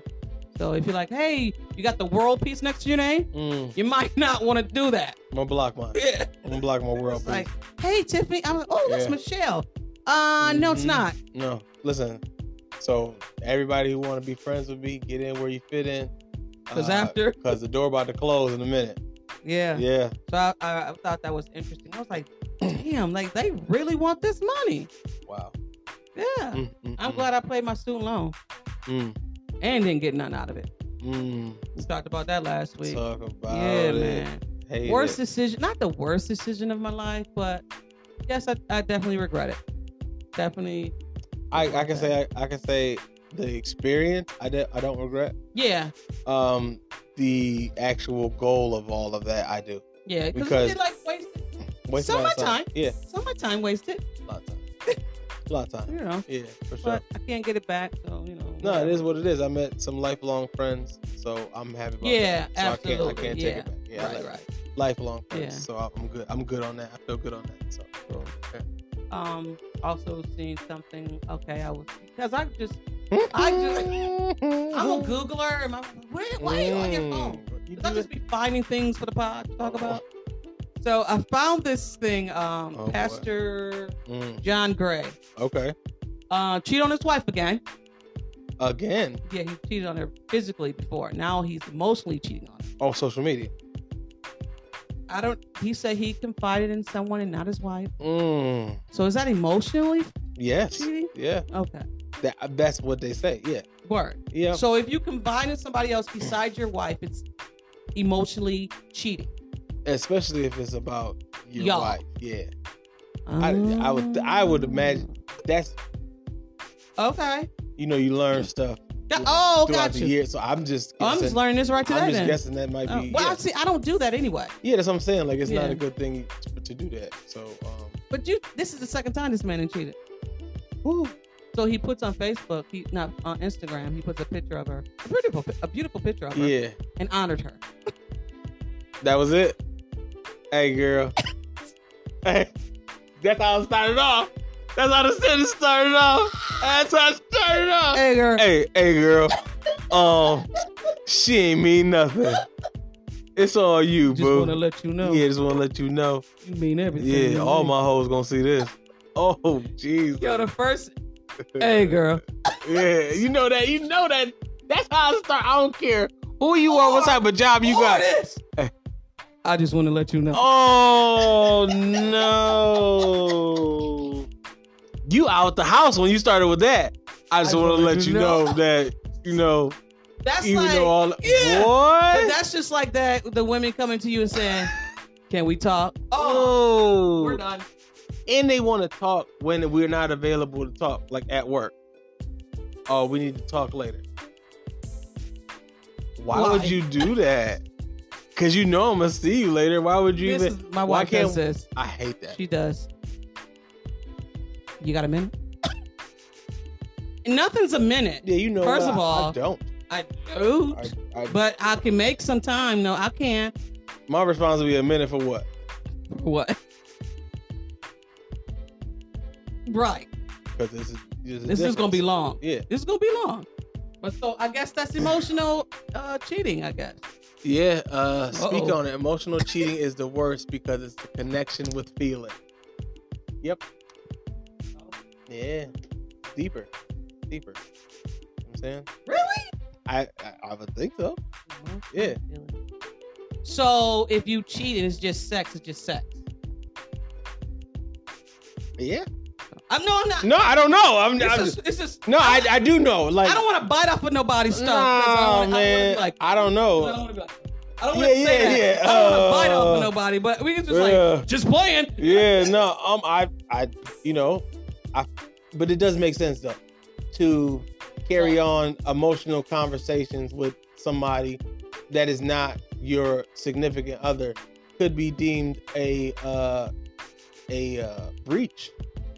B: So if you're like, hey, you got the world piece next to your name,
A: Mm,
B: you might not want to do that.
A: I'm gonna block mine.
B: Yeah.
A: I'm gonna block my world.
B: It's like,
A: please.
B: hey Tiffany, I'm like, oh, that's
A: Yeah.
B: Michelle. Uh, no, it's
A: Mhm.
B: not.
A: No, listen. So everybody who want to be friends with me, get in where you fit in.
B: Cause after,
A: because the door about to close in a minute.
B: yeah.
A: Uh, Yeah,
B: So I, I, I thought that was interesting. I was like, damn, like they really want this money.
A: wow.
B: Yeah.
A: Mm, mm,
B: I'm
A: mm,
B: glad I played my student loan
A: Mm,
B: and didn't get nothing out of it.
A: mm.
B: We talked about that last week.
A: Talk about
B: yeah,
A: it.
B: man.
A: Hate
B: Worst
A: it.
B: decision, not the worst decision of my life, but yes, I, I definitely regret it. Definitely,
A: I, I can say I, I can say the experience. I de- I don't regret.
B: yeah,
A: Um, the actual goal of all of that, I do.
B: yeah. Cause
A: Because-
B: it's like wasted
A: Waste a
B: So
A: lot of
B: much time.
A: Yeah,
B: so much time wasted.
A: a lot of time. a lot of time.
B: You know,
A: Yeah, for sure.
B: but I can't get it back. So you know.
A: No,
B: whatever.
A: it is what it is. I met some lifelong friends, so I'm happy about
B: Yeah,
A: that. So I can't, I
B: absolutely,
A: can't take it back. Yeah,
B: right,
A: like,
B: right.
A: lifelong friends.
B: Yeah.
A: So I- I'm good. I'm good on that. I feel good on that. So
B: Um, also seeing something. Okay, I was because I just I
A: just
B: I'm a Googler. And I'm like, where, why are you on
A: Mm.
B: your phone?
A: Mm-hmm. You
B: Because I
A: do
B: just
A: that?
B: be finding things for the pod to talk
A: Oh.
B: about. So I found this thing. Um,
A: Oh, boy.
B: Pastor
A: Mm,
B: John Gray
A: okay.
B: uh cheat on his wife again.
A: Again,
B: Yeah, he cheated on her physically before. Now he's emotionally cheating on her.
A: on social media.
B: I don't. He said he confided in someone and not his wife.
A: Mm,
B: So is that emotionally
A: yes.
B: cheating?
A: Yeah.
B: Okay,
A: That, that's what they say. Yeah.
B: word.
A: Yeah.
B: So if you combine with somebody else besides your wife, it's emotionally cheating.
A: Especially if it's about your
B: Y'all.
A: wife. Yeah. I would- I would imagine- That's
B: Okay.
A: you know you learn stuff
B: Got- oh,
A: throughout
B: got
A: the
B: you.
A: year. So I'm just.
B: I'm just
A: guessing-
B: learning this right today.
A: I'm just
B: then.
A: guessing that might
B: Oh,
A: be.
B: well,
A: yeah.
B: see, I don't do that anyway.
A: Yeah, that's what I'm saying. Like, it's not
B: Yeah.
A: a good thing to, to do that. So, um,
B: But you, this is the second time this man has cheated.
A: whew,
B: So he puts on Facebook, he not on Instagram, he puts a picture of her, a beautiful, a beautiful picture of her,
A: yeah,
B: and honored her.
A: that was it. Hey, girl. hey, that's how it started off. That's how the sentence started off. That's how it started off.
B: Hey, girl.
A: Hey, hey, girl. um, she ain't mean nothing. It's all you,
B: just
A: boo.
B: want to let you know,
A: Yeah, just want to let you know.
B: you mean everything.
A: Yeah,
B: you
A: all
B: mean.
A: my hoes gonna see this. Oh, Jesus.
B: Yo, the first. Hey, girl.
A: Yeah, you know that. You know that. That's how I start. I don't care who you are, what type of job you
B: Oh,
A: got.
B: this.
A: Hey.
B: I just want to let you know.
A: Oh no! You out the house when you started with that. I just
B: I
A: want to
B: wanna
A: let you know. that you know,
B: that's
A: even
B: like,
A: though all
B: yeah. But
A: what.
B: that's just like that. The women coming to you and saying, "Can we talk?" Oh, we're
A: Oh,
B: done.
A: and they want to talk when we're not available to talk, like at work. Oh, we need to talk later. Why,
B: Why?
A: would you do that? Cause you know I'm gonna see you later. Why would you
B: This
A: even?
B: is, my
A: why
B: wife
A: can't-
B: does this.
A: I hate that.
B: She does. You got a minute? nothing's a minute.
A: Yeah, you know.
B: First
A: what?
B: of
A: I-
B: all-
A: I don't.
B: I do,
A: I, I,
B: but I can make some time. No, I can.
A: my response would be a minute for what?
B: What? Right.
A: Because this is this,
B: This is gonna be long.
A: Yeah,
B: This is gonna be long. But so I guess that's emotional uh, cheating. I guess.
A: yeah. Uh, speak
B: Uh-oh.
A: on it. Emotional cheating is the worst because it's the connection with feeling. Yep. Yeah. Deeper, deeper. You know what I'm saying.
B: Really?
A: I, I I would think so. Yeah.
B: So if you cheat and it's just sex, it's just sex.
A: Yeah.
B: I'm no, I'm not.
A: No, I don't know. I'm.
B: This
A: I'm
B: is, this is,
A: no, I, I do know. Like
B: I don't want to bite off of nobody's stuff. 'cause I
A: Nah,
B: wanna-
A: man.
B: I, wanna be like,
A: I don't
B: I don't
A: know.
B: want to be like. I don't want to
A: Yeah,
B: say
A: yeah,
B: that.
A: yeah.
B: I don't want to bite off
A: Uh,
B: of nobody, but we can just
A: Yeah.
B: like just playing.
A: yeah, no. Um, I, I, you know, I. But it does make sense though to carry on emotional conversations with somebody that is not your significant other could be deemed a uh a uh, breach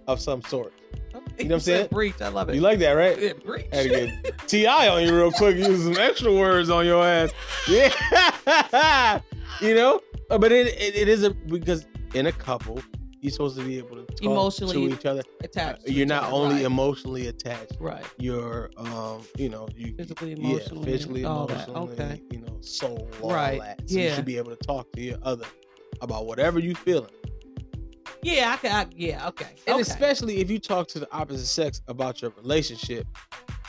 A: of some sort. You know what I'm saying?
B: Breach. I love it.
A: You like that, right?
B: Yeah, breach.
A: Had to get Ti on you real quick. Use some extra words on your ass. Yeah, you know. Uh, But it, it it is a because in a couple, you're supposed to be able to talk
B: Emotionally
A: to each other.
B: Attached. to
A: Uh, You're
B: each
A: not
B: other,
A: only
B: right.
A: emotionally attached.
B: right.
A: You're um, you know, you
B: Physically,
A: yeah,
B: emotionally,
A: physically,
B: all that.
A: emotionally,
B: Okay.
A: you know, soul, all
B: Right,
A: that. So you
B: yeah.
A: should be able to talk to your other about whatever you feeling,
B: Yeah, I can. I, yeah, okay.
A: and
B: okay.
A: especially if you talk to the opposite sex about your relationship,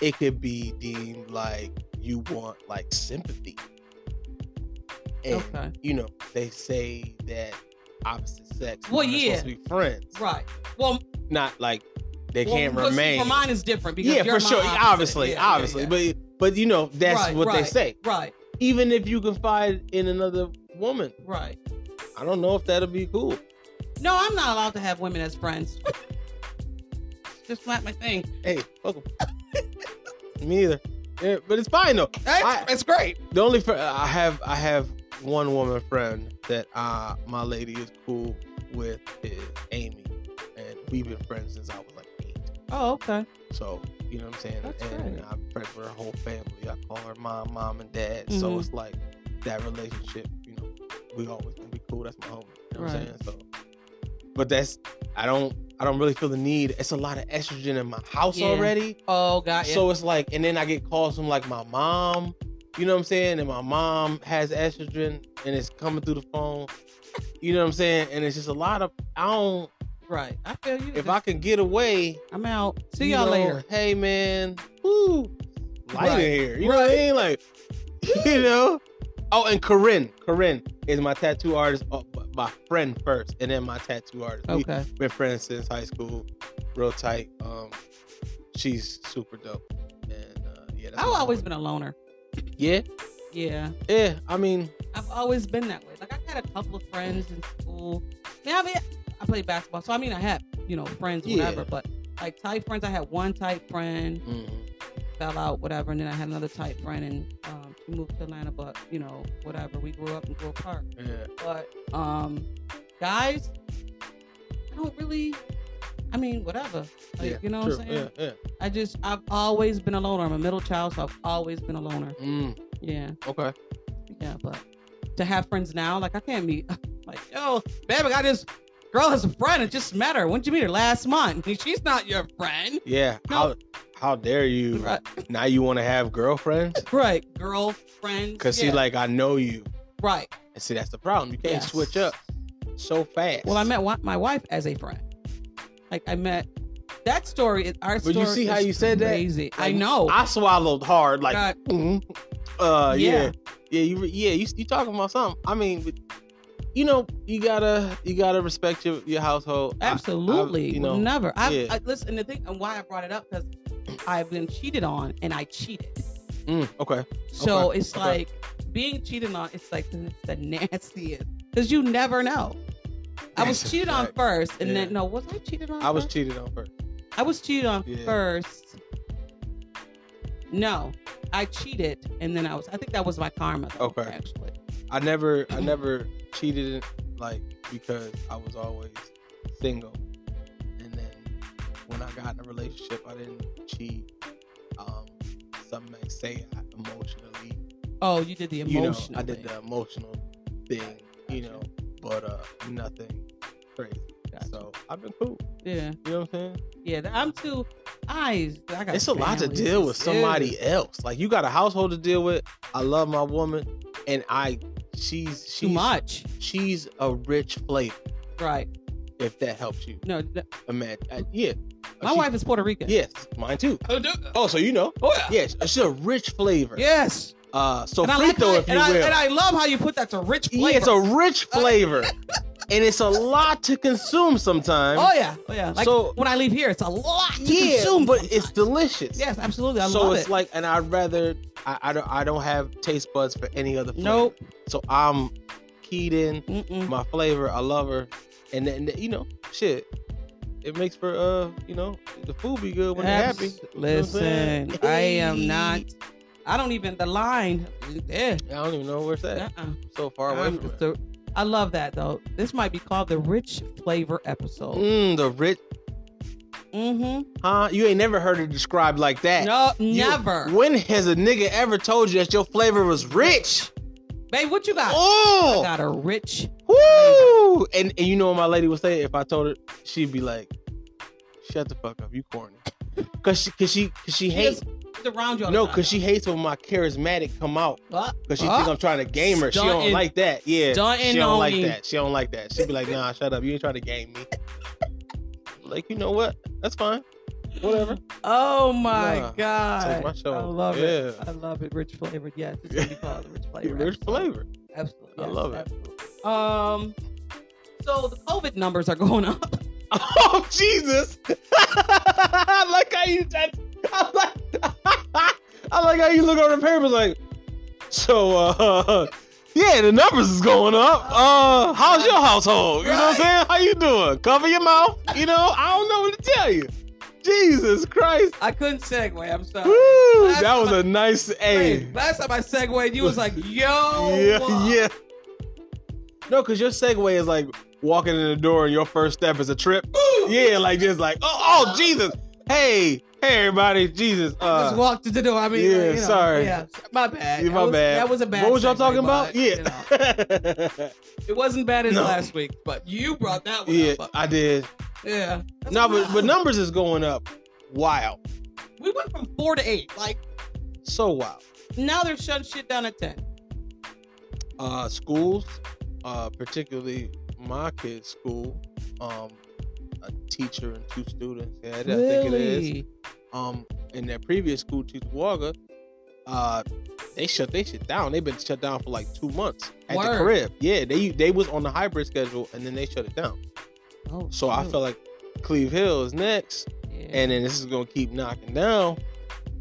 A: it could be deemed like you want like sympathy. And
B: Okay.
A: you know, they say that opposite sex
B: Well,
A: aren't
B: yeah.
A: supposed to be friends.
B: right. Well,
A: Not like they
B: well,
A: can't
B: but see,
A: remain.
B: For mine is different because
A: yeah,
B: you're
A: for
B: my
A: sure.
B: opposite.
A: Obviously,
B: Yeah, yeah,
A: obviously.
B: yeah.
A: But but you know, that's
B: Right,
A: what they
B: right.
A: say.
B: right,
A: Even if you confide in another woman,
B: right.
A: I don't know if that'll be cool.
B: No, I'm not allowed to have women as friends. Just not my thing.
A: Hey, fuck 'em. Me either. Yeah, but it's fine though. I-
B: it's great.
A: The only fr- I have I have one woman friend that uh my lady is cool with is Amy, and we've been friends since I was like eight.
B: Oh, okay.
A: So you know what I'm saying.
B: That's
A: and
B: great.
A: I'm friends with her whole family. I call her mom, mom and dad. So
B: Mhm.
A: it's like that relationship. You know, we always gonna be cool. That's my homie. You know what I'm saying.
B: Right.
A: So, but that's I don't I don't really feel the need. It's a lot of estrogen in my house
B: Yeah.
A: already.
B: Oh, got you.
A: So it's like, and then I get calls from like my mom, you know what I'm saying? And my mom has estrogen and it's coming through the phone, you know what I'm saying? And it's just a lot of, I don't,
B: right. I feel you.
A: if I can get away,
B: I'm out. See
A: you
B: y'all
A: know,
B: later.
A: Hey man, woo, light
B: Right.
A: in here. You know what I mean? Like, you know? Oh, and Corinne, Corinne is my tattoo artist, oh, my friend first, and then my tattoo artist. We-
B: Okay.
A: been friends since high school, real tight. Um, she's super dope. And uh, yeah, that's
B: I've
A: my
B: always
A: homie.
B: been a loner.
A: Yeah,
B: Yeah.
A: yeah. I mean,
B: I've always been that way. Like I had a couple of friends in school. Now I, mean, I played basketball, so I mean I had you know friends,
A: Yeah.
B: whatever. But like tight friends, I had one tight friend
A: mhm.
B: fell out, whatever, and then I had another tight friend, and um, she moved to Atlanta. But you know whatever, we grew up and grew apart.
A: yeah.
B: But um, guys, I don't really. I mean whatever. Like
A: yeah,
B: you know
A: true.
B: what I'm saying.
A: Yeah,
B: I just I've always been a loner. I'm a middle child, so I've always been a loner.
A: yeah. Mm,
B: Yeah.
A: okay.
B: Yeah, but to have friends now, like I can't meet. Like, yo, baby, I got this girl has a friend. I just met her. When did you meet her last month? And she's not your friend.
A: Yeah. How
B: No.
A: how dare you?
B: Right,
A: Now you want to have girlfriends?
B: right. girlfriend.
A: Cause see, like I know you.
B: right.
A: And see, that's the problem. You can't
B: Yes.
A: switch up so fast.
B: Well, I met wa- my wife as a friend. Like I met that story. Is, our
A: But
B: story.
A: you see how
B: is
A: you said that?
B: crazy. I
A: Like,
B: know.
A: I swallowed hard, like.
B: God,
A: Mhm. Uh, yeah. yeah,
B: Yeah.
A: you, re- yeah, you, you talking about something? I mean, but, you know, you gotta, you gotta respect your, your household. I-
B: absolutely.
A: I- you
B: you
A: know,
B: never. I,
A: yeah.
B: I listen. and The thing and why I brought it up because I've been cheated on and I cheated.
A: mm, okay,
B: So it's
A: okay.
B: like being cheated on. It's like it's the nastiest because you never know. I was
A: That's a
B: cheated on
A: fact.
B: first, and
A: Yeah.
B: then no, was I cheated on?
A: I was
B: first?
A: cheated on first.
B: I was cheated on
A: Yeah.
B: first. No, I cheated, and then I was. I think that was my karma. Though,
A: Okay.
B: actually,
A: I never, I never cheated like because I was always single, and then when I got in a relationship, I didn't cheat some may say I emotionally
B: Oh, you did the
A: you know,
B: emotional.
A: I did
B: thing.
A: the emotional thing, you know, but uh, nothing crazy.
B: Gotcha.
A: So I've been cool.
B: Yeah,
A: You know what I'm saying?
B: yeah. th- I'm too. I. I got
A: It's a lot to
B: families
A: deal
B: and
A: with somebody
B: shit.
A: else. Like you got a household to deal with. I love my woman, and I she's
B: Too
A: she's
B: much,
A: she's a rich flavor.
B: right?
A: If that helps you,
B: No, th-
A: imagine. Uh, yeah,
B: my
A: She-
B: wife is Puerto Rican.
A: Yes, mine too.
B: Oh, do-
A: Oh, so you know?
B: oh, yeah.
A: Yes, she's a rich flavor.
B: Yes.
A: Uh, so
B: and I
A: free
B: like
A: throw,
B: how,
A: if you
B: and, I,
A: will.
B: and I love how you put that to rich flavor. Uh,
A: Yeah, it's a rich flavor, and it's a lot to consume sometimes.
B: oh yeah, oh yeah. Like
A: So-
B: when I leave here, it's a lot to
A: yeah,
B: consume.
A: but
B: sometimes.
A: it's delicious.
B: yes, absolutely. I
A: so
B: love
A: it's
B: it.
A: like, and I'd rather I, I don't I don't have taste buds for any other flavor.
B: nope.
A: So I'm keyed in
B: Mm-mm.
A: my flavor. I love her, and then you know, shit, it makes for uh, you know, the food be good when
B: Abs-
A: they're happy.
B: Listen,
A: saying?
B: I am not.
A: Hey.
B: I don't even the line. Yeah.
A: I don't even know where it's at.
B: Uh-uh.
A: So far away
B: I'm
A: from
B: just
A: it.
B: a- I love that though. This might be called the rich flavor episode.
A: Mm, the rich,
B: Mm-hmm.
A: huh? You ain't never heard it described like that.
B: No,
A: You-
B: never.
A: When has a nigga ever told you that your flavor was rich?
B: Babe, what you got? I
A: Oh,
B: got a rich.
A: Woo! And, and you know what my lady would say if I told her, she'd be like, "Shut the fuck up, you corny." Cause she, cause she, cause she hates.
B: It's around you. all the
A: No,
B: time,
A: cause she hates when my charismatic come out.
B: though. Uh,
A: Cause she
B: Ah.
A: think I'm trying to game her. She
B: Stunting.
A: don't like that. Yeah,
B: Stunting
A: she don't
B: on
A: like
B: me.
A: that. She don't like that. She'd be like, "Nah, shut up. You ain't trying to game me." Like you know what? That's fine. Whatever.
B: Oh my
A: Nah,
B: god.
A: take my shoulder.
B: I love it.
A: Yeah.
B: I love it. Rich flavor. Yes, it's gonna be called the rich flavor.
A: Rich
B: episode.
A: flavor.
B: Absolutely.
A: I
B: yes,
A: love it.
B: absolutely. Um. So the COVID numbers are going up.
A: Oh Jesus! I like how you that. I like. I like how you look on the paper like. So uh, yeah, the numbers is going up. Uh, how's your household? You know what I'm saying? How you doing? Cover your mouth. You know, I don't know what to tell you. Jesus Christ!
B: I couldn't segue. I'm sorry.
A: Woo! That was a nice A.
B: Hey, last time I segued, you was like, "Yo,
A: Yeah,
B: what?"
A: yeah. No, cause your segue is like walking in the door and your first step is a trip.
B: Ooh.
A: Yeah, like just like, oh, oh, Jesus. Hey, hey, everybody, Jesus.
B: I just
A: Uh,
B: walked to the door. I mean,
A: yeah,
B: you know,
A: sorry.
B: Yeah, my bad.
A: yeah,
B: That
A: my
B: was-
A: bad.
B: That was a bad.
A: What was y'all
B: segue,
A: talking about?
B: but,
A: Yeah,
B: you know, it wasn't bad as
A: No.
B: last week, but you brought that one
A: yeah,
B: up.
A: I did.
B: Yeah. That's
A: No, but
B: wild.
A: but numbers is going up. Wow,
B: We went from four to eight. Like
A: so wild.
B: now they're shutting shit down at ten.
A: Uh, schools, uh, particularly my kid's school, um, a teacher and two students. Yeah, I think it is. um in their previous school, Tutawaga, uh, they shut they shit down. They've been shut down for like two months at
B: Word.
A: the crib. Yeah, they they was on the hybrid schedule and then they shut it down.
B: Oh,
A: So I
B: shoot.
A: feel like Cleve Hill is next,
B: Yeah.
A: and then this is gonna keep knocking down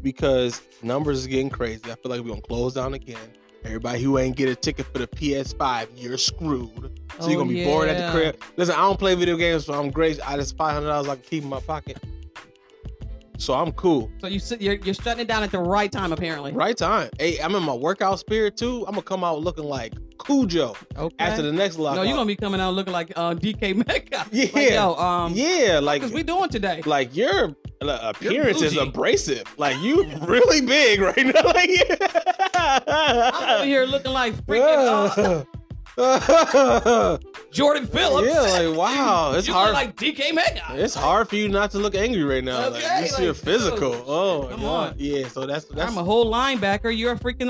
A: because numbers is getting crazy. I feel like we're gonna close down again. Everybody who ain't get a ticket for the PS5, you're screwed. So you're
B: Oh,
A: gonna be bored at
B: yeah.
A: the crib. Listen, I don't play video games, so I'm great. I just five hundred dollars I can keep in my pocket. So I'm cool.
B: So you sit, you're you're shutting it down at the right time apparently.
A: Right time. Hey, I'm in my workout spirit too. I'm gonna come out looking like Cujo
B: Okay.
A: after the next lockout.
B: no, you're gonna be coming out looking like uh, DK Mecca.
A: Yeah.
B: Like, yo, um,
A: yeah, like
B: Cause we doing today.
A: like your uh, appearance is
B: bougie.
A: abrasive. Like you really big right now. Like,
B: I'm over here looking like freaking uh, Jordan Phillips.
A: yeah, like wow, it's
B: you
A: hard.
B: look like DK Mecca.
A: it's hard for you not to look angry right now.
B: Okay,
A: like this
B: like,
A: you're physical.
B: dude,
A: oh my
B: come
A: God.
B: on.
A: yeah. So that's that's
B: I'm a whole linebacker. You're a freaking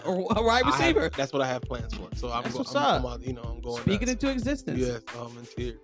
A: Yeah.
B: or a wide
A: I have-
B: receiver.
A: that's what I have plans for. So I'm,
B: That's
A: go,
B: what's
A: I'm,
B: up.
A: I'm out- you know I'm going.
B: Speaking
A: nuts.
B: into existence.
A: Yes, um, in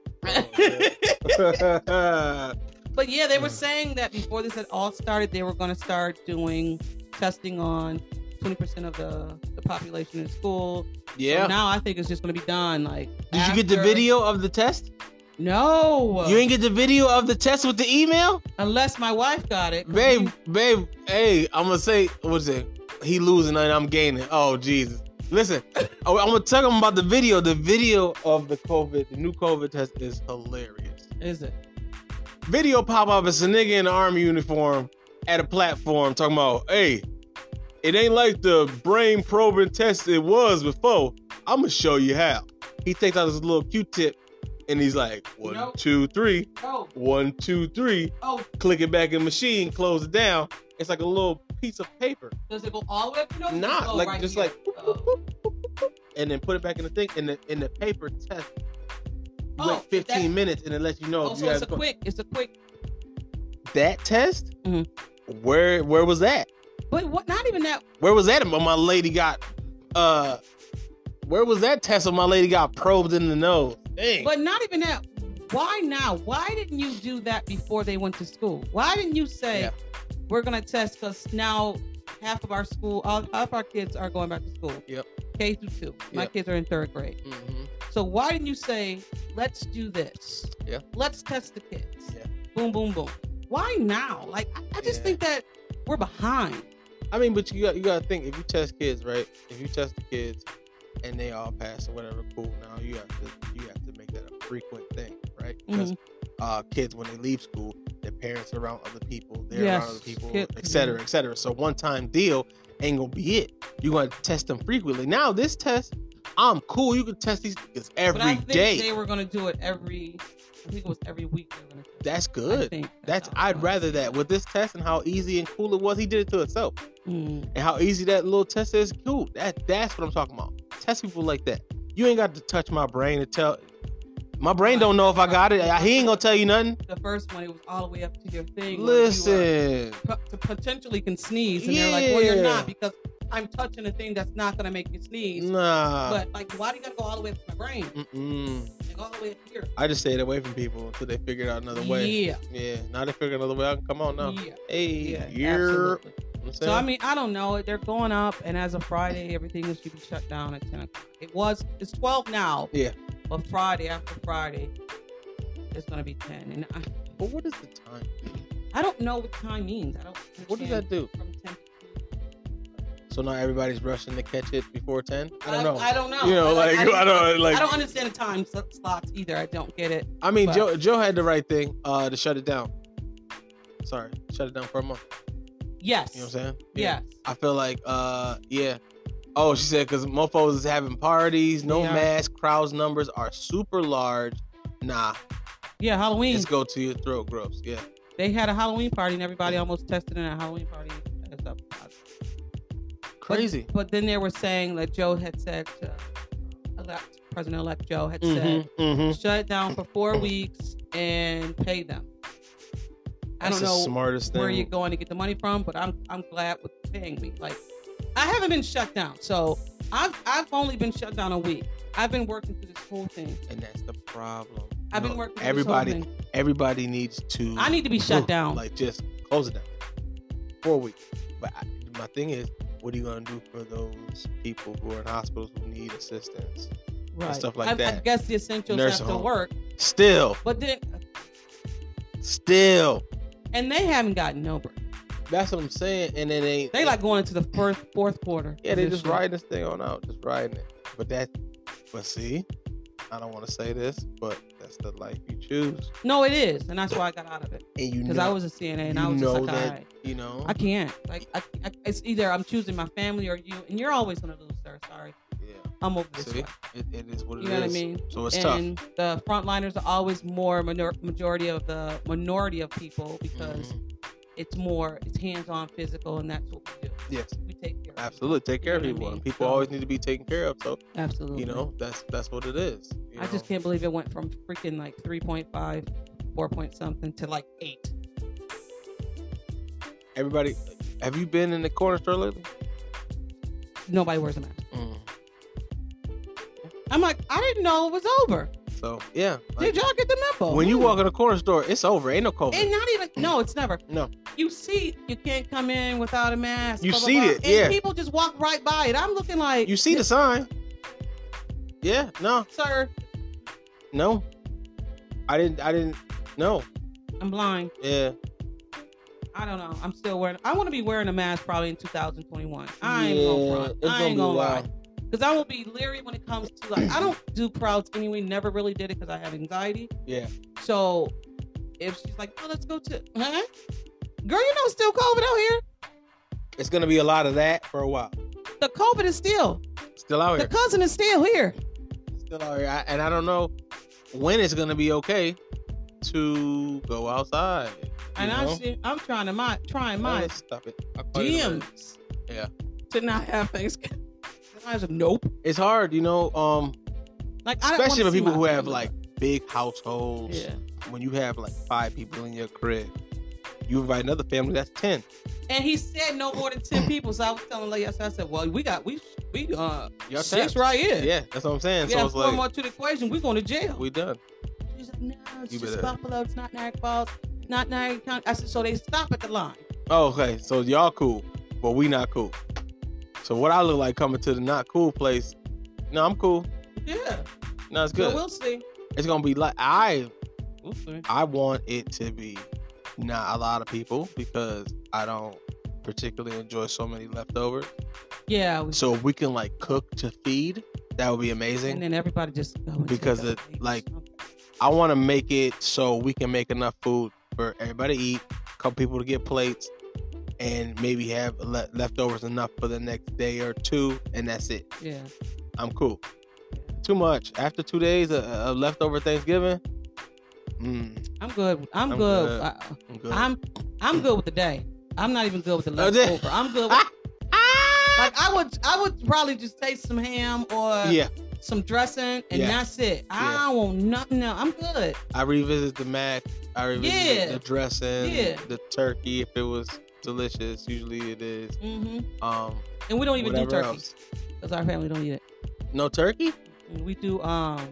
A: tears. Oh, yeah.
B: But yeah, they were
A: Yeah.
B: saying that before this had all started, they were going to start doing testing on 20% of the, the population in school. So
A: Yeah.
B: now I think it's just going to be done. Like,
A: Did you get the
B: after-
A: video of the test?
B: No.
A: You ain't get the video of the test with the email,
B: Unless my wife got it. 'cause
A: babe.
B: we-
A: Babe, hey, I'm gonna say what's it? He losing and I'm gaining. Oh Jesus! Listen, I- I'm gonna tell him about the video. The video of the COVID, the new COVID test is hilarious.
B: Is it?
A: video pop up. It's a nigga in an army uniform at a platform talking about, hey, it ain't like the brain probing test it was before. I'm gonna show you how. He takes out his little Q-tip and he's like, one,
B: Nope.
A: two, three,
B: Oh,
A: one, two, three.
B: oh,
A: Click it back in the machine, close it down. It's like a little piece of paper.
B: Does it go all the way up your nose? or
A: Not
B: go
A: like
B: Oh, right
A: just
B: here?
A: like boop, boop, boop, boop, boop, and then put it back in the thing and the and the paper test
B: Oh,
A: went
B: if that's-
A: fifteen minutes and it lets you know
B: Oh,
A: if
B: so
A: you
B: it's
A: have
B: a quick. It's a quick.
A: that test.
B: Mhm.
A: Where where was that?
B: But what? Not even that.
A: Where was that? When my lady got uh, where was that test when my lady got probed in the nose? Dang.
B: But not even that. Why now? Why didn't you do that before they went to school? Why didn't you say
A: Yeah.
B: we're gonna test? Because now half of our school, all, all of our kids are going back to school.
A: Yep.
B: K through two. My
A: Yep.
B: kids are in third grade.
A: Mhm.
B: So why didn't you say let's do this?
A: Yeah.
B: Let's test the kids.
A: Yeah.
B: Boom, boom, boom. Why now? Like I, I just
A: Yeah.
B: think that we're behind.
A: I mean, but you got you got to think if you test kids, right? If you test the kids and they all pass or whatever, cool. Now you have to you have to make that a frequent thing, right?
B: Mm-hmm.
A: Because uh, kids when they leave school, their parents are around other people, they're
B: Yes,
A: around other people,
B: kid-
A: et cetera, et cetera. So one time deal ain't gonna be it. You're gonna test them frequently. Now this test, I'm cool. You can test these niggas every
B: but
A: day.
B: I think they were gonna do it every. I think it was every week. They were gonna do it.
A: That's
B: I
A: good.
B: think
A: That's
B: how it
A: I'd
B: was.
A: rather that with this test and how easy and cool it was. He did it to himself.
B: Mm.
A: and how easy that little test is. Cool. That that's what I'm talking about. Test people like that. You ain't got to touch my brain to tell. My brain don't know if I got it. He ain't gonna tell you nothing.
B: The first one, it was all the way up to your thing. where you were
A: Listen.
B: po- to potentially can sneeze, and they're like, "Well, you're
A: Yeah.
B: not because I'm touching a thing that's not gonna make you sneeze."
A: Nah.
B: But like, why do you gotta go all the way up to my brain?
A: Mm-mm.
B: Like, all the way up here.
A: I just stayed away from people until they figured out Mm. another way.
B: Yeah.
A: Yeah. Now they figured another way. I can come on now.
B: Yeah.
A: Hey.
B: Yeah.
A: Yeah.
B: absolutely.
A: I'm saying?
B: So I mean, I don't know. They're going up, and as of Friday, everything is to be shut down at ten o'clock. It was it's twelve now.
A: Yeah.
B: But Friday after Friday, it's gonna be ten, and I,
A: but what is the time?
B: I don't know what time means. I don't.
A: What does
B: understand
A: that do?
B: From ten.
A: So now everybody's rushing to catch it before ten. I don't know.
B: I, don't know.
A: You know, like, I don't like.
B: I don't understand the time sl- slots either. I don't get it.
A: I mean,
B: But-
A: Joe Joe had the right thing uh, to shut it down. Sorry, shut it down for a month.
B: Yes.
A: You know what I'm saying?
B: Yes.
A: I feel like, uh, yeah. Oh, she said because mofos is having parties, no
B: They are.
A: mask, crowds numbers are super large. Nah,
B: Yeah. Halloween.
A: it's go to your throat gross. Yeah,
B: They had a Halloween party, and everybody almost tested in a Halloween party. as a positive.
A: crazy.
B: But then they were saying that Joe had said, to elect, President-elect Joe had said,
A: Mm-hmm, mm-hmm.
B: shut it down for four weeks and pay them. I
A: That's
B: don't
A: the
B: know
A: smartest thing.
B: where you're going to get the money from, but I'm I'm glad with paying me. Like I haven't been shut down, so I've I've only been shut down a week. I've been working through this whole thing.
A: and that's the problem.
B: I've
A: You
B: been
A: know,
B: working. Through
A: Everybody,
B: This whole thing.
A: everybody needs to.
B: I need to be shut down.
A: Like just close it down for a week. But I, my thing is, what are you gonna do for those people who are in hospitals who need assistance?
B: right.
A: stuff like
B: I, I
A: that.
B: guess the essentials
A: Nursing
B: have to
A: home.
B: work,
A: Still,
B: but then
A: still.
B: and they haven't gotten no break.
A: That's what I'm saying. And it ain't.
B: They like going into the first fourth quarter.
A: Yeah,
B: of
A: they
B: this
A: just
B: year.
A: riding this thing on out, just riding it. But that, but see, I don't want to say this, but that's the life you choose,
B: No, it is, and that's why I got out of it
A: and you
B: because
A: know,
B: I was a CNA and I
A: you
B: was just
A: know
B: like,
A: that-
B: all right,
A: you know,
B: I can't. Like, I, I, it's either I'm choosing my family or you, and you're always gonna lose, sir. Sorry,
A: yeah,
B: I'm over this.
A: see,
B: one.
A: it, it is what it
B: You
A: is.
B: know what I mean?
A: So it's tough.
B: and the frontliners are always more minor- majority of the minority of people because
A: Mhm.
B: it's more it's hands-on physical and that's what we do
A: Yes,
B: we take care of
A: absolutely. Take care of
B: You know what I
A: people.
B: mean?
A: and people
B: So-
A: always need to be taken care of. So
B: people. absolutely
A: you know, that's that's what it is. you
B: i just
A: know?
B: can't believe it went from freaking like 3.5 4 point something to like 8
A: Everybody, have you been in the corner store lately?
B: nobody wears a mask i'm like i didn't know it was over
A: So yeah, like,
B: did y'all get the memo
A: when you
B: Hmm.
A: walk in the corner store, it's over. Ain't no COVID.
B: and not even no it's never
A: No.
B: you see you can't come in without a mask
A: You
B: blah, blah,
A: see
B: blah.
A: it,
B: and
A: yeah.
B: people just walk right by it i'm looking like
A: you see the sign. Yeah, no,
B: sir
A: No. I didn't I didn't no.
B: i'm blind
A: Yeah.
B: I don't know. I'm still wearing. I want to be wearing a mask probably in 2021. I ain't
A: yeah,
B: gonna front.
A: it's
B: I ain't
A: be
B: gonna lie.
A: wild.
B: Because I will be leery when it comes to like I don't do crowds anyway. Never really did it because I have anxiety.
A: Yeah.
B: So if she's like, "Oh, let's go to," huh? Girl, you know, it's still COVID out here.
A: It's gonna be a lot of that for a while.
B: The COVID is still.
A: Still out
B: The
A: here.
B: cousin is still here.
A: Still out here. I, and I don't know when it's gonna be okay to go outside.
B: And
A: You know?
B: I'm see- I'm trying to my trying my
A: Oh, stop it. I call it a bird.
B: DMs.
A: Yeah.
B: To not have Thanksgiving. I said nope.
A: It's hard, you know. Um,
B: Like I don't
A: especially for
B: wanna see
A: people
B: my
A: who have
B: family.
A: like big households.
B: Yeah.
A: When you have like five people in your crib, you invite another family. That's ten.
B: And he said no more than ten people. So I was telling Leah, so I said, well, we got we we uh
A: Y'all
B: six
A: tapped.
B: right here.
A: Yeah, that's what I'm saying.
B: We
A: so
B: have
A: it's
B: four
A: like
B: more to the equation. We're going to jail.
A: we done.
B: She's like, no, it's
A: You
B: just
A: better-
B: Buffalo. It's not Niagara Falls. Not Niagara County. I said, so they stop at the line.
A: Oh, okay, so y'all cool, but we not cool. So what I look like coming to the not cool place? No, I'm cool.
B: Yeah.
A: No, it's
B: So
A: good.
B: we'll see.
A: it's gonna be like I
B: We'll see.
A: I want it to be not a lot of people because I don't particularly enjoy so many leftovers.
B: Yeah. we-
A: So if we can like cook to feed, that would be amazing.
B: and then everybody just go and
A: Because
B: take a
A: it,
B: break or
A: like-
B: something.
A: I want to make it so we can make enough food for everybody to eat, a couple people to get plates, and maybe have le- leftovers enough for the next day or two, and that's it.
B: yeah.
A: I'm cool. Too much after two days of, of leftover Thanksgiving. Mm,
B: I'm good. I'm,
A: I'm
B: good.
A: good.
B: I-
A: I'm good.
B: I'm I'm good with the day. I'm not even good with the
A: Oh, yeah.
B: leftover. I'm good. With, like I would I would probably just take some ham or
A: Ah! yeah,
B: some dressing and
A: Yeah.
B: that's it. I
A: Yeah.
B: don't want nothing else. I'm good.
A: I revisit the mac. I revisit
B: Yeah.
A: the dressing,
B: Yeah.
A: the turkey if it was delicious. Usually it is.
B: hmm
A: Um,
B: And we don't even
A: whatever
B: do turkey
A: else.
B: because our family don't eat it.
A: No turkey?
B: We do um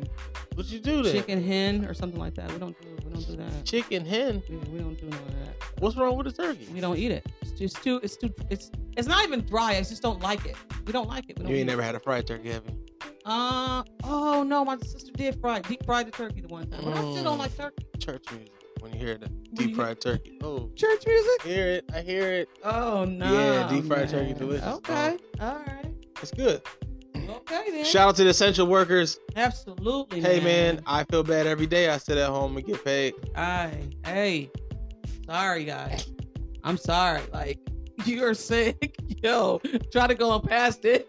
A: What you do then?
B: chicken hen or something like that. We don't do we don't do that.
A: Chicken hen.
B: Yeah, we don't do none of that.
A: What's wrong with the turkey?
B: We don't eat it. It's just too. It's too. It's it's not even dry. I just don't like it. We don't like it. We don't
A: You ain't
B: eat it.
A: never had a fried turkey, have you?
B: Uh oh no, my sister did fry deep fried the turkey the one time. But I still don't
A: Mm.
B: like turkey.
A: Church music. When you hear the
B: you
A: deep
B: hear-
A: fried turkey. Oh,
B: Church music?
A: hear it. I hear it.
B: Oh no.
A: Yeah, deep fried turkey
B: man.
A: delicious.
B: Okay. All right.
A: It's good.
B: Okay then.
A: Shout out to the essential workers.
B: Absolutely.
A: Hey, man, I feel bad every day I sit at home and get paid.
B: I hey. Sorry guys. I'm sorry. Like you're sick. Yo, try to go on past it.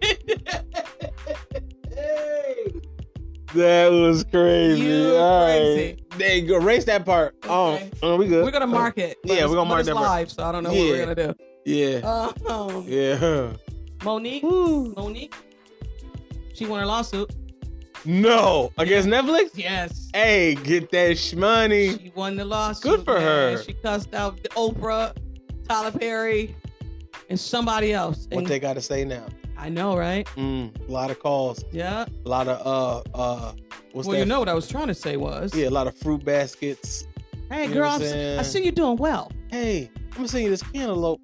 A: That was crazy.
B: You
A: All right.
B: crazy.
A: They go erase that part.
B: Okay.
A: Oh, oh, we good.
B: we're gonna mark it. but
A: Yeah,
B: it's-
A: we're gonna
B: but
A: mark
B: it's
A: that part.
B: live, so I don't know what
A: Yeah.
B: we're gonna do.
A: Yeah.
B: Um,
A: Yeah.
B: Monique,
A: Woo.
B: Monique, she won her lawsuit.
A: No, against Netflix.
B: Yes.
A: Hey, get that sh- money.
B: She won the lawsuit.
A: Good for
B: man.
A: her.
B: She cussed out Oprah, Tyler Perry, and somebody else.
A: What
B: And
A: they got to say now?
B: I know, right?
A: Mm, a lot of calls.
B: Yeah.
A: A lot of uh uh. What's
B: well,
A: that?
B: you know what I was trying to say was,
A: Yeah, a lot of fruit baskets.
B: hey,
A: You know
B: girl,
A: what
B: I'm,
A: I'm
B: s- I
A: saying?
B: see you doing well.
A: Hey, I'm gonna send you this cantaloupe.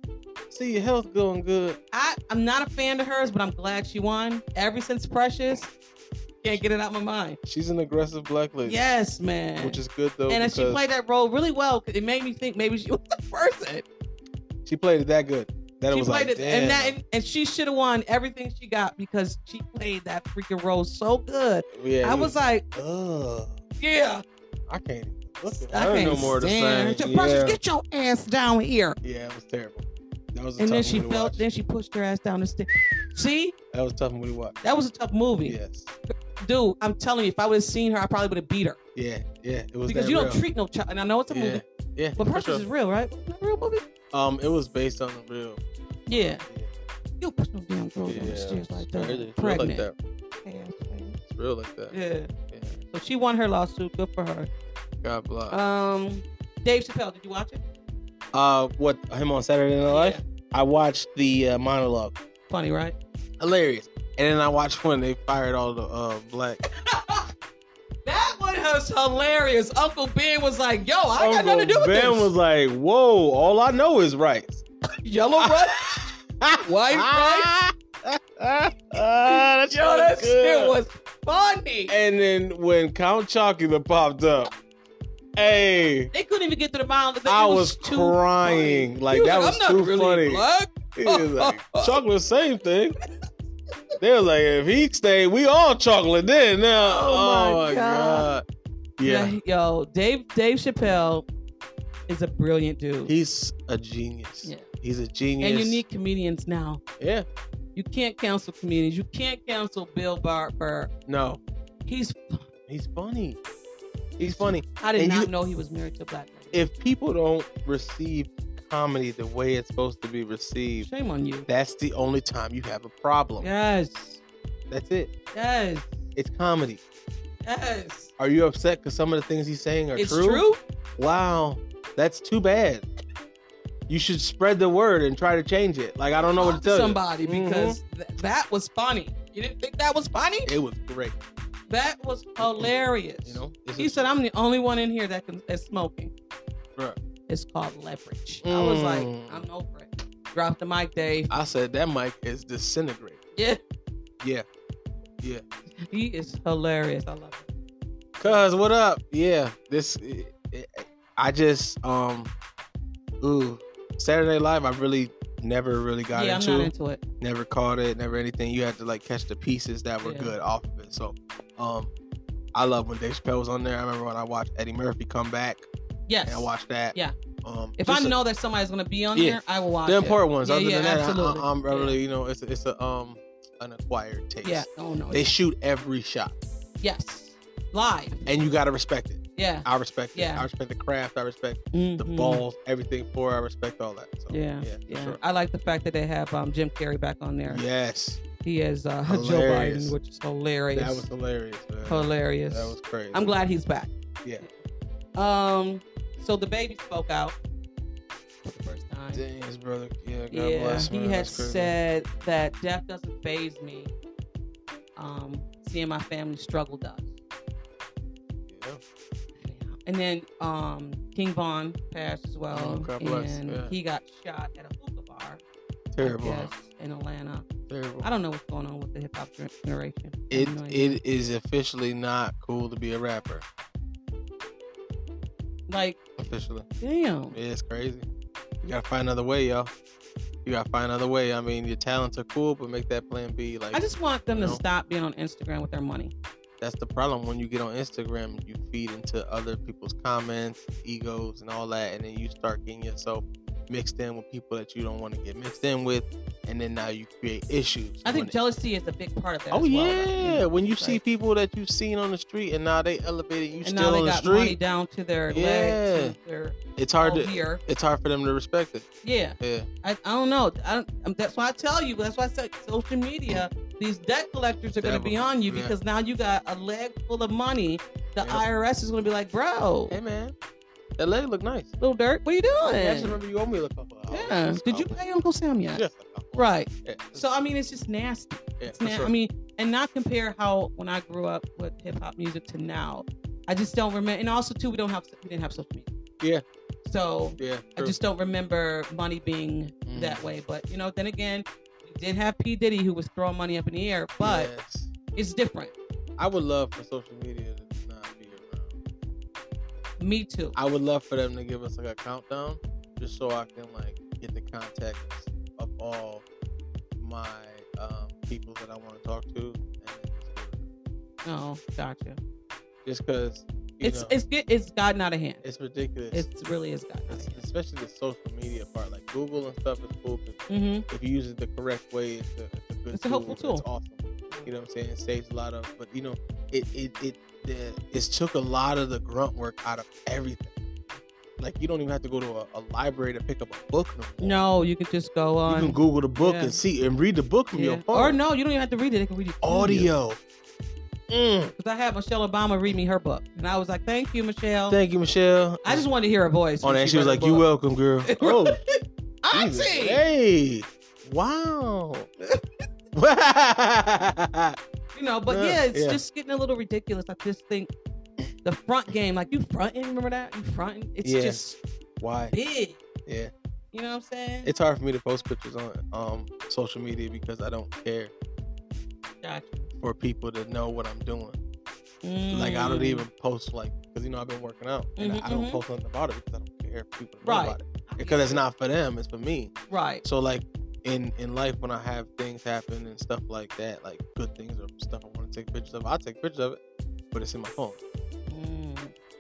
A: See your health going good.
B: I, I'm not a fan of hers, but I'm glad she won. Ever since Precious, can't get it out my mind.
A: She's an aggressive black lady.
B: Yes, man.
A: Which is good though.
B: and
A: because
B: as she played that role really well, it made me think maybe she was the person.
A: she played it that good. That it
B: she
A: was
B: played
A: like,
B: it, and that,
A: damn.
B: and, and she should have won everything she got because she played that freaking role so good.
A: yeah,
B: I
A: you-
B: was like,
A: ugh,
B: yeah,
A: I can't. even Look at
B: I
A: her
B: can't
A: no more the
B: stand.
A: same.
B: Just-
A: Yeah.
B: Precious, get your ass down here.
A: yeah, it was terrible. That was a
B: And
A: tough
B: then she
A: movie to
B: felt,
A: watch.
B: then she pushed her ass down the stairs. See,
A: That was a tough movie to watch.
B: that was a tough movie,
A: Yes.
B: dude. I'm telling you, if I would have seen her, I probably would have beat her
A: Yeah, yeah. It was
B: because
A: that
B: you don't
A: real.
B: treat no child. And I know it's a
A: yeah.
B: movie,
A: Yeah.
B: but
A: for
B: Precious
A: sure.
B: is real, right? Wasn't that a real movie?
A: Um, it was based on the real.
B: Yeah, you don't push no damn
A: Yeah.
B: girls down the stairs like
A: It's crazy.
B: that,
A: It's real like
B: pregnant.
A: that. It's real like that.
B: Yeah.
A: yeah.
B: So she won her lawsuit. Good for her.
A: God bless.
B: Um, Dave Chappelle, did you watch it?
A: Uh, what him on Saturday Night Live? I watched the uh, monologue,
B: Funny, right?
A: hilarious. And then I watched when they fired all the uh, black.
B: that one was hilarious. Uncle Ben was like, "Yo, I ain't got nothing to do
A: Uncle
B: with
A: ben
B: this."
A: was like, "Whoa! All I know is rights,
B: Yellow rice, white rice.
A: Ah, that's
B: Yo, that shit
A: good.
B: was funny.
A: And then when Count Chocula popped up, hey,
B: They couldn't even get to the bottom. of it.
A: I
B: It
A: was
B: too
A: crying.
B: funny.
A: Like,
B: He
A: that was
B: I'm not
A: too
B: really
A: funny.
B: black.
A: He was like, chocolate, same thing. They was like, if he stayed, we all chocolate then. Now,
B: Oh
A: oh,
B: my
A: my
B: God.
A: god. Yeah,
B: yo, Dave Dave Chappelle is a brilliant dude.
A: he's a genius.
B: Yeah.
A: He's a genius.
B: and you need comedians now.
A: Yeah.
B: You can't cancel comedians. You can't cancel Bill Barber.
A: No,
B: He's
A: he's funny. He's funny.
B: I did
A: And
B: not
A: you-
B: know he was married to a black lady.
A: if people don't receive comedy the way it's supposed to be received,
B: Shame on you.
A: that's the only time you have a problem.
B: Yes.
A: That's it.
B: Yes.
A: It's comedy.
B: Yes.
A: Are you upset because some of the things he's saying are
B: It's true.
A: Wow, that's too bad. You should spread the word and try to change it. Like I don't know what to
B: Talk
A: tell
B: somebody
A: Mhm.
B: because th- that was funny. You didn't think that was funny?
A: you. It was great.
B: That was hilarious.
A: You know, It's
B: He
A: just-
B: said, "I'm the only one in here that can is smoking."
A: Bruh.
B: It's called leverage. I was like,
A: Mm.
B: "I'm over it." Drop the mic, Dave.
A: I said that mic is disintegrating.
B: Yeah,
A: Yeah. Yeah.
B: he is hilarious. I love it.
A: Cuz what up? Yeah, this it- it- I just um ooh, Saturday Live I really never really got
B: yeah,
A: into.
B: I'm not into it.
A: never caught it, never anything. You had to like catch the pieces that were
B: Yeah.
A: good off of it. So, um I love when Dave Chappelle was on there. I remember when I watched Eddie Murphy come back
B: Yes,
A: and I watched that.
B: Yeah.
A: Um,
B: If I
A: just a-
B: know that somebody's gonna be on
A: Yeah.
B: there, I will watch
A: the
B: it.
A: important ones,
B: Yeah,
A: other
B: yeah,
A: than that,
B: absolutely.
A: I, I'm
B: Yeah.
A: really, you know, it's a, it's a um an acquired taste.
B: Yeah. Oh no.
A: They shoot every shot,
B: yes. Live.
A: and you gotta respect it.
B: Yeah.
A: I respect it.
B: Yeah.
A: I respect the craft. I respect the
B: Mhm.
A: balls, everything for. it. I respect all that. So,
B: Yeah.
A: yeah, for
B: Yeah.
A: sure.
B: I like the fact that they have um, Jim Carrey back on there.
A: Yes,
B: He is uh, Joe
A: Hilarious.
B: Biden, which is hilarious.
A: that was hilarious. Man.
B: hilarious.
A: That was crazy.
B: I'm glad he's back.
A: Yeah.
B: Um. So the baby spoke out for the first time.
A: Dang, his brother. Yeah, God
B: yeah,
A: bless. Man.
B: he had
A: That's crazy.
B: said that death doesn't phase me. Um, seeing my family struggle does.
A: Yeah.
B: And then um, King Von passed as well,
A: Oh, God bless,
B: and
A: yeah.
B: he got shot at a hookah bar,
A: Terrible.
B: I guess, in Atlanta.
A: Terrible.
B: I don't know what's going on with the hip hop generation. I
A: It
B: have no idea.
A: it is officially not cool to be a rapper.
B: like
A: Officially.
B: damn,
A: Yeah, it's crazy. You gotta find another way, y'all. You gotta find another way. I mean, your talents are cool, but make that plan B. Like
B: I just want them to
A: No.
B: stop being on Instagram with their money.
A: that's the problem. When you get on Instagram, you feed into other people's comments, egos, and all that, and then you start getting yourself mixed in with people that you don't want to get mixed in with, and then now you create issues.
B: I
A: when
B: think
A: it-
B: jealousy is a big part of that.
A: Oh
B: as well, though.
A: yeah, when you see
B: Like-
A: people that you've seen on the street and now they elevated, you
B: and
A: still
B: now they
A: on the
B: got money
A: street.
B: down to their
A: Yeah.
B: leg, to their
A: It's hard to
B: ear.
A: it's hard for them to respect it.
B: Yeah,
A: Yeah,
B: I, I don't know. I don't, um, that's why I tell you. That's why I said social media. These debt collectors are going to be
A: Devil.
B: on you
A: Yeah.
B: because now you got a leg full of money. The
A: Yep.
B: IRS is going to be like, bro,
A: hey man, that leg look nice.
B: little dirt, what are you
A: I just
B: doing?
A: remember you owe me a couple. Of hours.
B: Yeah. Did you pay Uncle Sam yet?
A: Just a couple.
B: Right.
A: Yeah,
B: So I mean, it's just nasty.
A: yeah,
B: It's
A: for
B: na-
A: sure.
B: I mean, and not compare how when I grew up with hip hop music to now. I just don't remember. And also too, we don't have we didn't have social media.
A: Yeah.
B: So
A: yeah,
B: I
A: true.
B: just don't remember money being
A: Mm.
B: that way. But you know, then again, we did have P Diddy who was throwing money up in the air, but
A: Yes.
B: it's different.
A: I would love for social media to not be around.
B: Me too.
A: I would love for them to give us like a countdown, just so I can like get the context of all my um, people that I want to talk to, and then just do it.
B: oh, gotcha.
A: just because
B: It's it's get, it's gotten out of hand.
A: it's ridiculous.
B: It really is gotten out of
A: It's-
B: hand.
A: especially the social media part, like Google and stuff is cool. 'cause
B: hmm
A: if you use it the correct way, it's a, it's a good.
B: It's a helpful
A: It's
B: tool.
A: awesome. You know what I'm saying? It saves a lot of, but you know, it it it the, it's took a lot of the grunt work out of everything. Like you don't even have to go to a, a library to pick up a book no more.
B: No, you can just go
A: You
B: on.
A: can Google the book
B: yeah.
A: and see and read the book from your
B: Yeah.
A: phone.
B: Or no, you don't even have to read it. They can read it. to you.
A: Audio. Mm.
B: because I had Michelle Obama read me her book, and I was like, "Thank you, Michelle."
A: Thank you, Michelle.
B: I just wanted to hear her voice.
A: on
B: when
A: that. Oh, She was
B: read
A: like,
B: the
A: "You
B: book.
A: welcome, girl." Oh, Jesus.
B: Auntie.
A: Hey. Wow.
B: You know, but yeah,
A: Yeah,
B: it's
A: yeah.
B: just getting a little ridiculous. I just think the front game, like you fronting, remember that? You fronting. It's
A: Yeah.
B: just
A: Why?
B: big.
A: Yeah.
B: You know what I'm saying?
A: It's hard for me to post pictures on um social media because I don't care
B: Gotcha.
A: for people to know what I'm doing. Like I don't
B: Mm.
A: even post like because you know I've been working out and
B: Mhm,
A: I don't
B: mhm.
A: post nothing about it because I don't care if people know
B: Right.
A: about it because it's not for them. It's for me.
B: Mm. right.
A: So like in in life when I have things happen and stuff like that, like good things or stuff I want to take pictures of, I will take pictures of it, but it's in my phone.
B: Mm.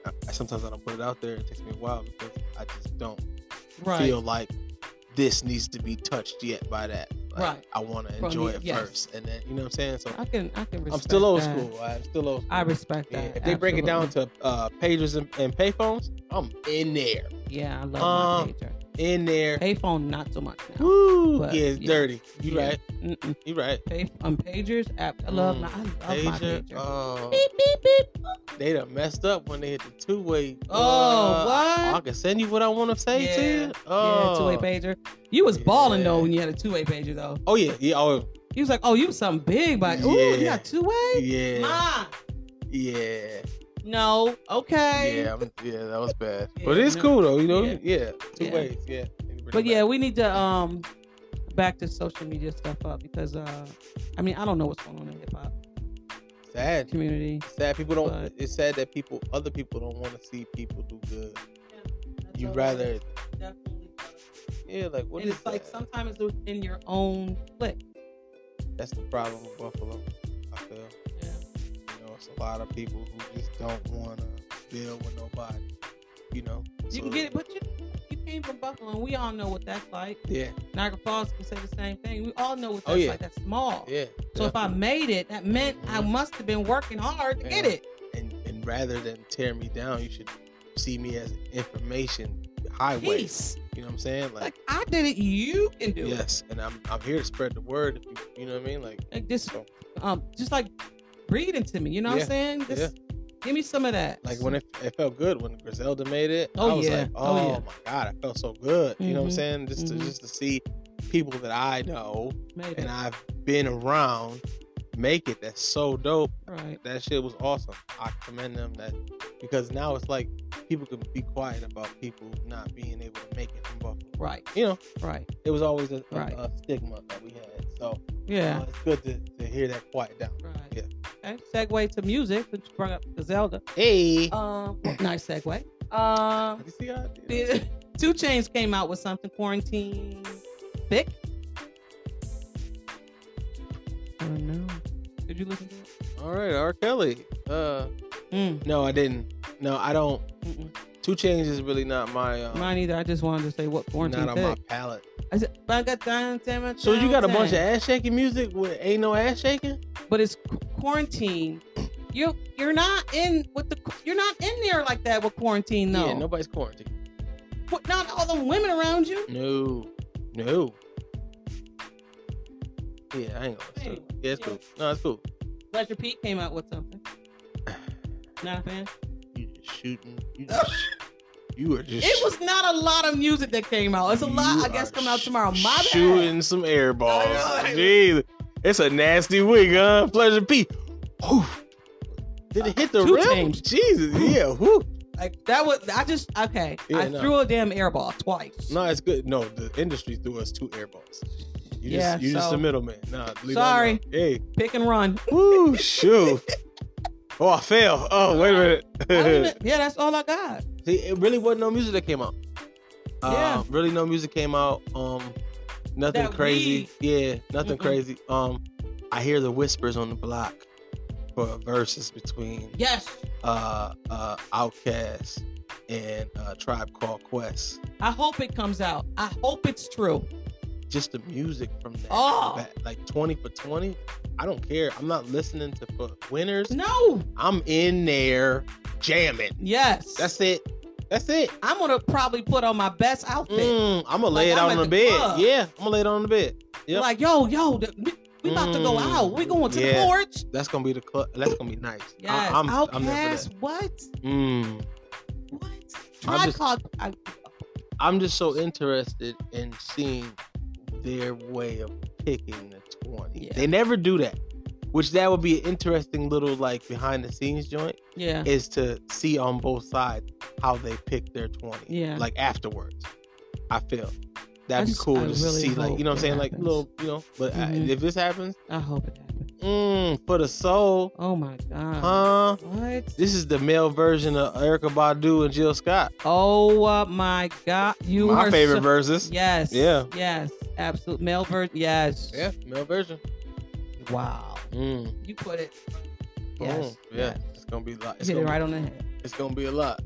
A: I, I- sometimes I don't put it out there. It takes me a while because I just don't
B: Right.
A: feel like this needs to be touched yet by that. Like,
B: Right.
A: I want to
B: From
A: enjoy
B: the-
A: it
B: yes.
A: first, and then you know what I'm saying. So
B: I can I can respect
A: I'm still old
B: that.
A: school. I'm still old. School.
B: I respect
A: Yeah,
B: that.
A: if they break it down to uh, pagers and, and payphones, I'm in there,
B: absolutely. yeah, I love
A: Um,
B: my pager.
A: in there.
B: Payphone not so much now.
A: Woo,
B: but,
A: yeah, it's
B: yeah.
A: dirty. You
B: Yeah.
A: right.
B: Mm-mm.
A: You right.
B: Pay um, pagers. App. I love my I love my
A: Mm. Pager.
B: pager.
A: Oh,
B: beep beep beep.
A: they done messed up when they hit the two way.
B: Oh, what?
A: I can send you what I want to say to
B: Yeah.
A: you.
B: Yeah,
A: Oh,
B: two-way pager. You was balling though
A: Yeah.
B: when you had a two-way pager though.
A: oh yeah, yeah, oh
B: You was like, oh, you was something big, but ooh, you
A: Yeah.
B: got two-way.
A: yeah,
B: Ma,
A: yeah.
B: no, okay.
A: Yeah, I'm, yeah, that was bad.
B: Yeah,
A: but it's
B: no.
A: cool though, you know.
B: Yeah.
A: Yeah, two
B: Yeah.
A: ways. Yeah.
B: But yeah, we need to um back the social media stuff up because uh I mean I don't know what's going on in hip hop
A: sad.
B: community.
A: Sad people don't.
B: But-
A: it's sad that people, other people, don't want to see people do good. You rather, yeah, like what
B: and
A: is
B: it's like
A: that?
B: sometimes it's in your own clique.
A: That's the problem with Buffalo. I feel. You know, it's a lot of people who just don't want to deal with nobody. You know.
B: You
A: So,
B: can get it, but you you came from Buffalo and we all know what that's like.
A: Yeah.
B: Niagara Falls can say the same thing. We all know what
A: Oh,
B: that's
A: yeah.
B: like. That's small.
A: Yeah.
B: So if I made it, that meant I
A: Mhm.
B: must have been working hard to get
A: Yeah.
B: it.
A: and and rather than tear me down, you should see me as information highway.
B: Peace.
A: You know what I'm saying?
B: Like I did it, you can do it.
A: Yes, and I'm I'm here to spread the word. If you, you know what I mean? Like,
B: Like this,
A: So-
B: um, just like breathing to me. You know what
A: Yeah.
B: I'm saying? Just give me some of that.
A: like when it, it felt good when Griselda made it.
B: Oh,
A: I was
B: yeah.
A: like,
B: Oh,
A: oh,
B: yeah.
A: my god, I felt so good. You know what I'm
B: Mhm.
A: saying? Just
B: Mhm.
A: to just to see people that I know
B: Made
A: and
B: it.
A: I've been around make it. That's so dope.
B: right.
A: That shit was awesome. I commend them that because now it's like people can be quiet about people not being able to make it from Buffalo.
B: Right.
A: You know,
B: Right.
A: it was always a, a-
B: Right.
A: a stigma that we had. So
B: Yeah.
A: uh, it's good to, to hear that quiet down.
B: Right.
A: Yeah.
B: Okay. Segue to music since you brought up Griselda.
A: Hey.
B: Um, nice segue. Um,
A: you see how I did it?
B: the- Two Chains came out with something quarantine thick. I don't know. Did you listen to it?
A: All right, R. Kelly. Uh,
B: Mm,
A: no, I didn't. No, I don't.
B: mm-mm.
A: Two Chainz is really not my uh,
B: Mine either. I just wanted to say what quarantine
A: not on
B: thick.
A: my palate.
B: I said, but I got down, down, down,
A: So you got a bunch of
B: down.
A: ass shaking music with ain't no ass shaking?
B: but it's qu- quarantine. You you're not in with the qu- you're not in there like that with quarantine though.
A: Yeah, nobody's quarantined.
B: What- Not all the women around you.
A: No, no. Yeah, I ain't gonna. so-
B: Anyway,
A: yeah, it's
B: yeah.
A: cool. No, it's cool.
B: Ledger Pete came out with something. Not a fan.
A: You just shooting. You just. you are just.
B: It was not a lot of music that came out. It's a lot. I
A: you
B: guess
A: are
B: coming out
A: sh-
B: tomorrow. My bad.
A: Shooting some air balls.
B: know, like-
A: Jeez, it's a nasty week, huh? Pleasure P. Whew. Did it hit the
B: Two
A: rim?
B: times.
A: Jesus, yeah. Whew.
B: Like that was. I just okay.
A: Yeah,
B: I
A: no.
B: threw a damn air ball twice.
A: No, it's good. No, the industry threw us two air balls. You
B: Yeah,
A: just, you just
B: so-
A: a middleman. Nah, leave that
B: Sorry.
A: alone. Hey,
B: Pick and run.
A: woo, shoot. Oh, I fell. Oh, wait a
B: I
A: minute.
B: don't even- yeah, that's all I got.
A: See, it really wasn't no music that came out.
B: Yeah.
A: Um, really, no music came out. Um, nothing
B: That
A: crazy. Yeah, nothing
B: Mm-mm.
A: crazy. Um, I hear the whispers on the block for verses between
B: Yes,
A: uh uh Outkast and uh, Tribe Called Quest.
B: I hope it comes out. I hope it's true.
A: just the music from that,
B: Oh.
A: that like 20 for 20 i don't care i'm not listening to for winners
B: No.
A: i'm in there jamming
B: Yes.
A: that's it that's it
B: I'm gonna probably put on my best outfit.
A: Mm, i'm gonna lay
B: Like,
A: it
B: I'm
A: out
B: at
A: on the,
B: the
A: bed
B: club.
A: yeah i'm gonna lay it on the bed Yep.
B: Like, yo, yo, th- we, we about to go
A: Mm,
B: out. We going to the
A: yeah.
B: porch.
A: that's gonna be the club that's gonna be nice
B: Yes.
A: I, i'm i'm there for
B: Outcast.
A: that
B: what?
A: Mm.
B: What? Tribe
A: just-
B: Called. I,
A: i'm just so interested in seeing their way of picking the 20
B: Yeah.
A: they never do that which that would be an interesting little like behind the scenes joint
B: yeah.
A: is to see on both sides how they pick their 20
B: Yeah.
A: like afterwards i feel
B: I
A: that'd be
B: just-
A: cool
B: I
A: just
B: really
A: to see like you know what i'm
B: hope it
A: saying like
B: happens.
A: little you know but I,
B: Mhm.
A: if this happens
B: I hope it happens.
A: mm, for the soul
B: Oh my god.
A: huh
B: What?
A: this is the male version of Erica Badu and Jill Scott.
B: Oh uh, my god. You
A: My
B: are
A: favorite
B: so-
A: verses.
B: Yes.
A: Yeah.
B: Yes. Absolute male version. Yes.
A: Yeah, male version.
B: Wow.
A: Mm.
B: You put it. Yes.
A: Mm. Yeah. It's gonna be a lot. It's
B: You hit
A: gonna,
B: it right
A: be,
B: on the head.
A: it's gonna be a lot.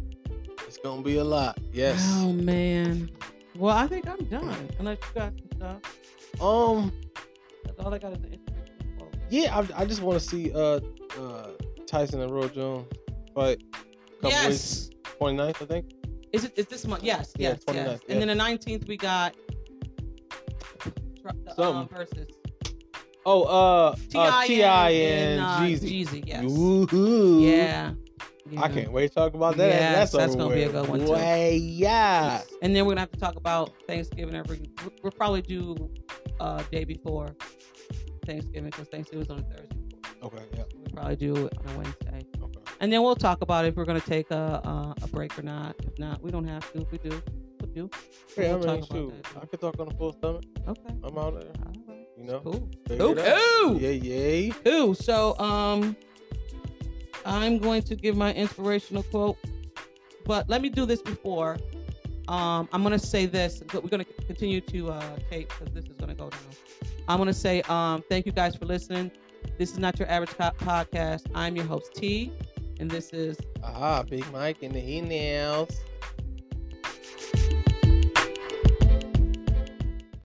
A: It's gonna be a lot. Yes.
B: Oh man. Well, I think I'm done. Unless you got some stuff.
A: Um,
B: uh, That's all I got is the inspiration. quote.
A: Yeah, I, I just want to see uh, uh, Tyson and Roy Jones fight. Couple weeks,
B: Yes.
A: 29th, I think.
B: Is it is this month? Yes,
A: Yeah,
B: yes, yes.
A: 29th,
B: And then the nineteenth we got tr- the, um,
A: Something.
B: versus
A: Oh, uh,
B: Ti
A: uh, Ti and
B: uh,
A: Jeezy.
B: yes.
A: Woohoo.
B: Yeah. Yeah.
A: I can't wait to talk about that. that's
B: Yes, that's
A: over
B: gonna be a
A: with.
B: good one, too.
A: Way, yeah.
B: And then we're gonna have to talk about Thanksgiving every. We'll, we'll probably do uh day before Thanksgiving because Thanksgiving's on a Thursday.
A: Okay, yeah.
B: We'll probably do it on a Wednesday,
A: Okay.
B: and then we'll talk about if we're gonna take a uh, a break or not. If not, we don't have to. If we do, we'll do.
A: Yeah, I
B: We'll
A: mean,
B: talk about
A: shoot,
B: that.
A: I could talk on a full stomach.
B: Okay.
A: I'm out there,
B: All right.
A: you know.
B: Cool.
A: Figure
B: Cool.
A: it out.
B: Cool.
A: Yeah, yay.
B: Ooh, so um, I'm going to give my inspirational quote, but let me do this before. Um, I'm gonna say this, but we're gonna continue to uh, tape because this is gonna go down. I'm gonna say um, thank you guys for listening. This is not your average co- podcast. I'm your host T, and this is
A: Ah, Aha, Big Mike in the e-nails.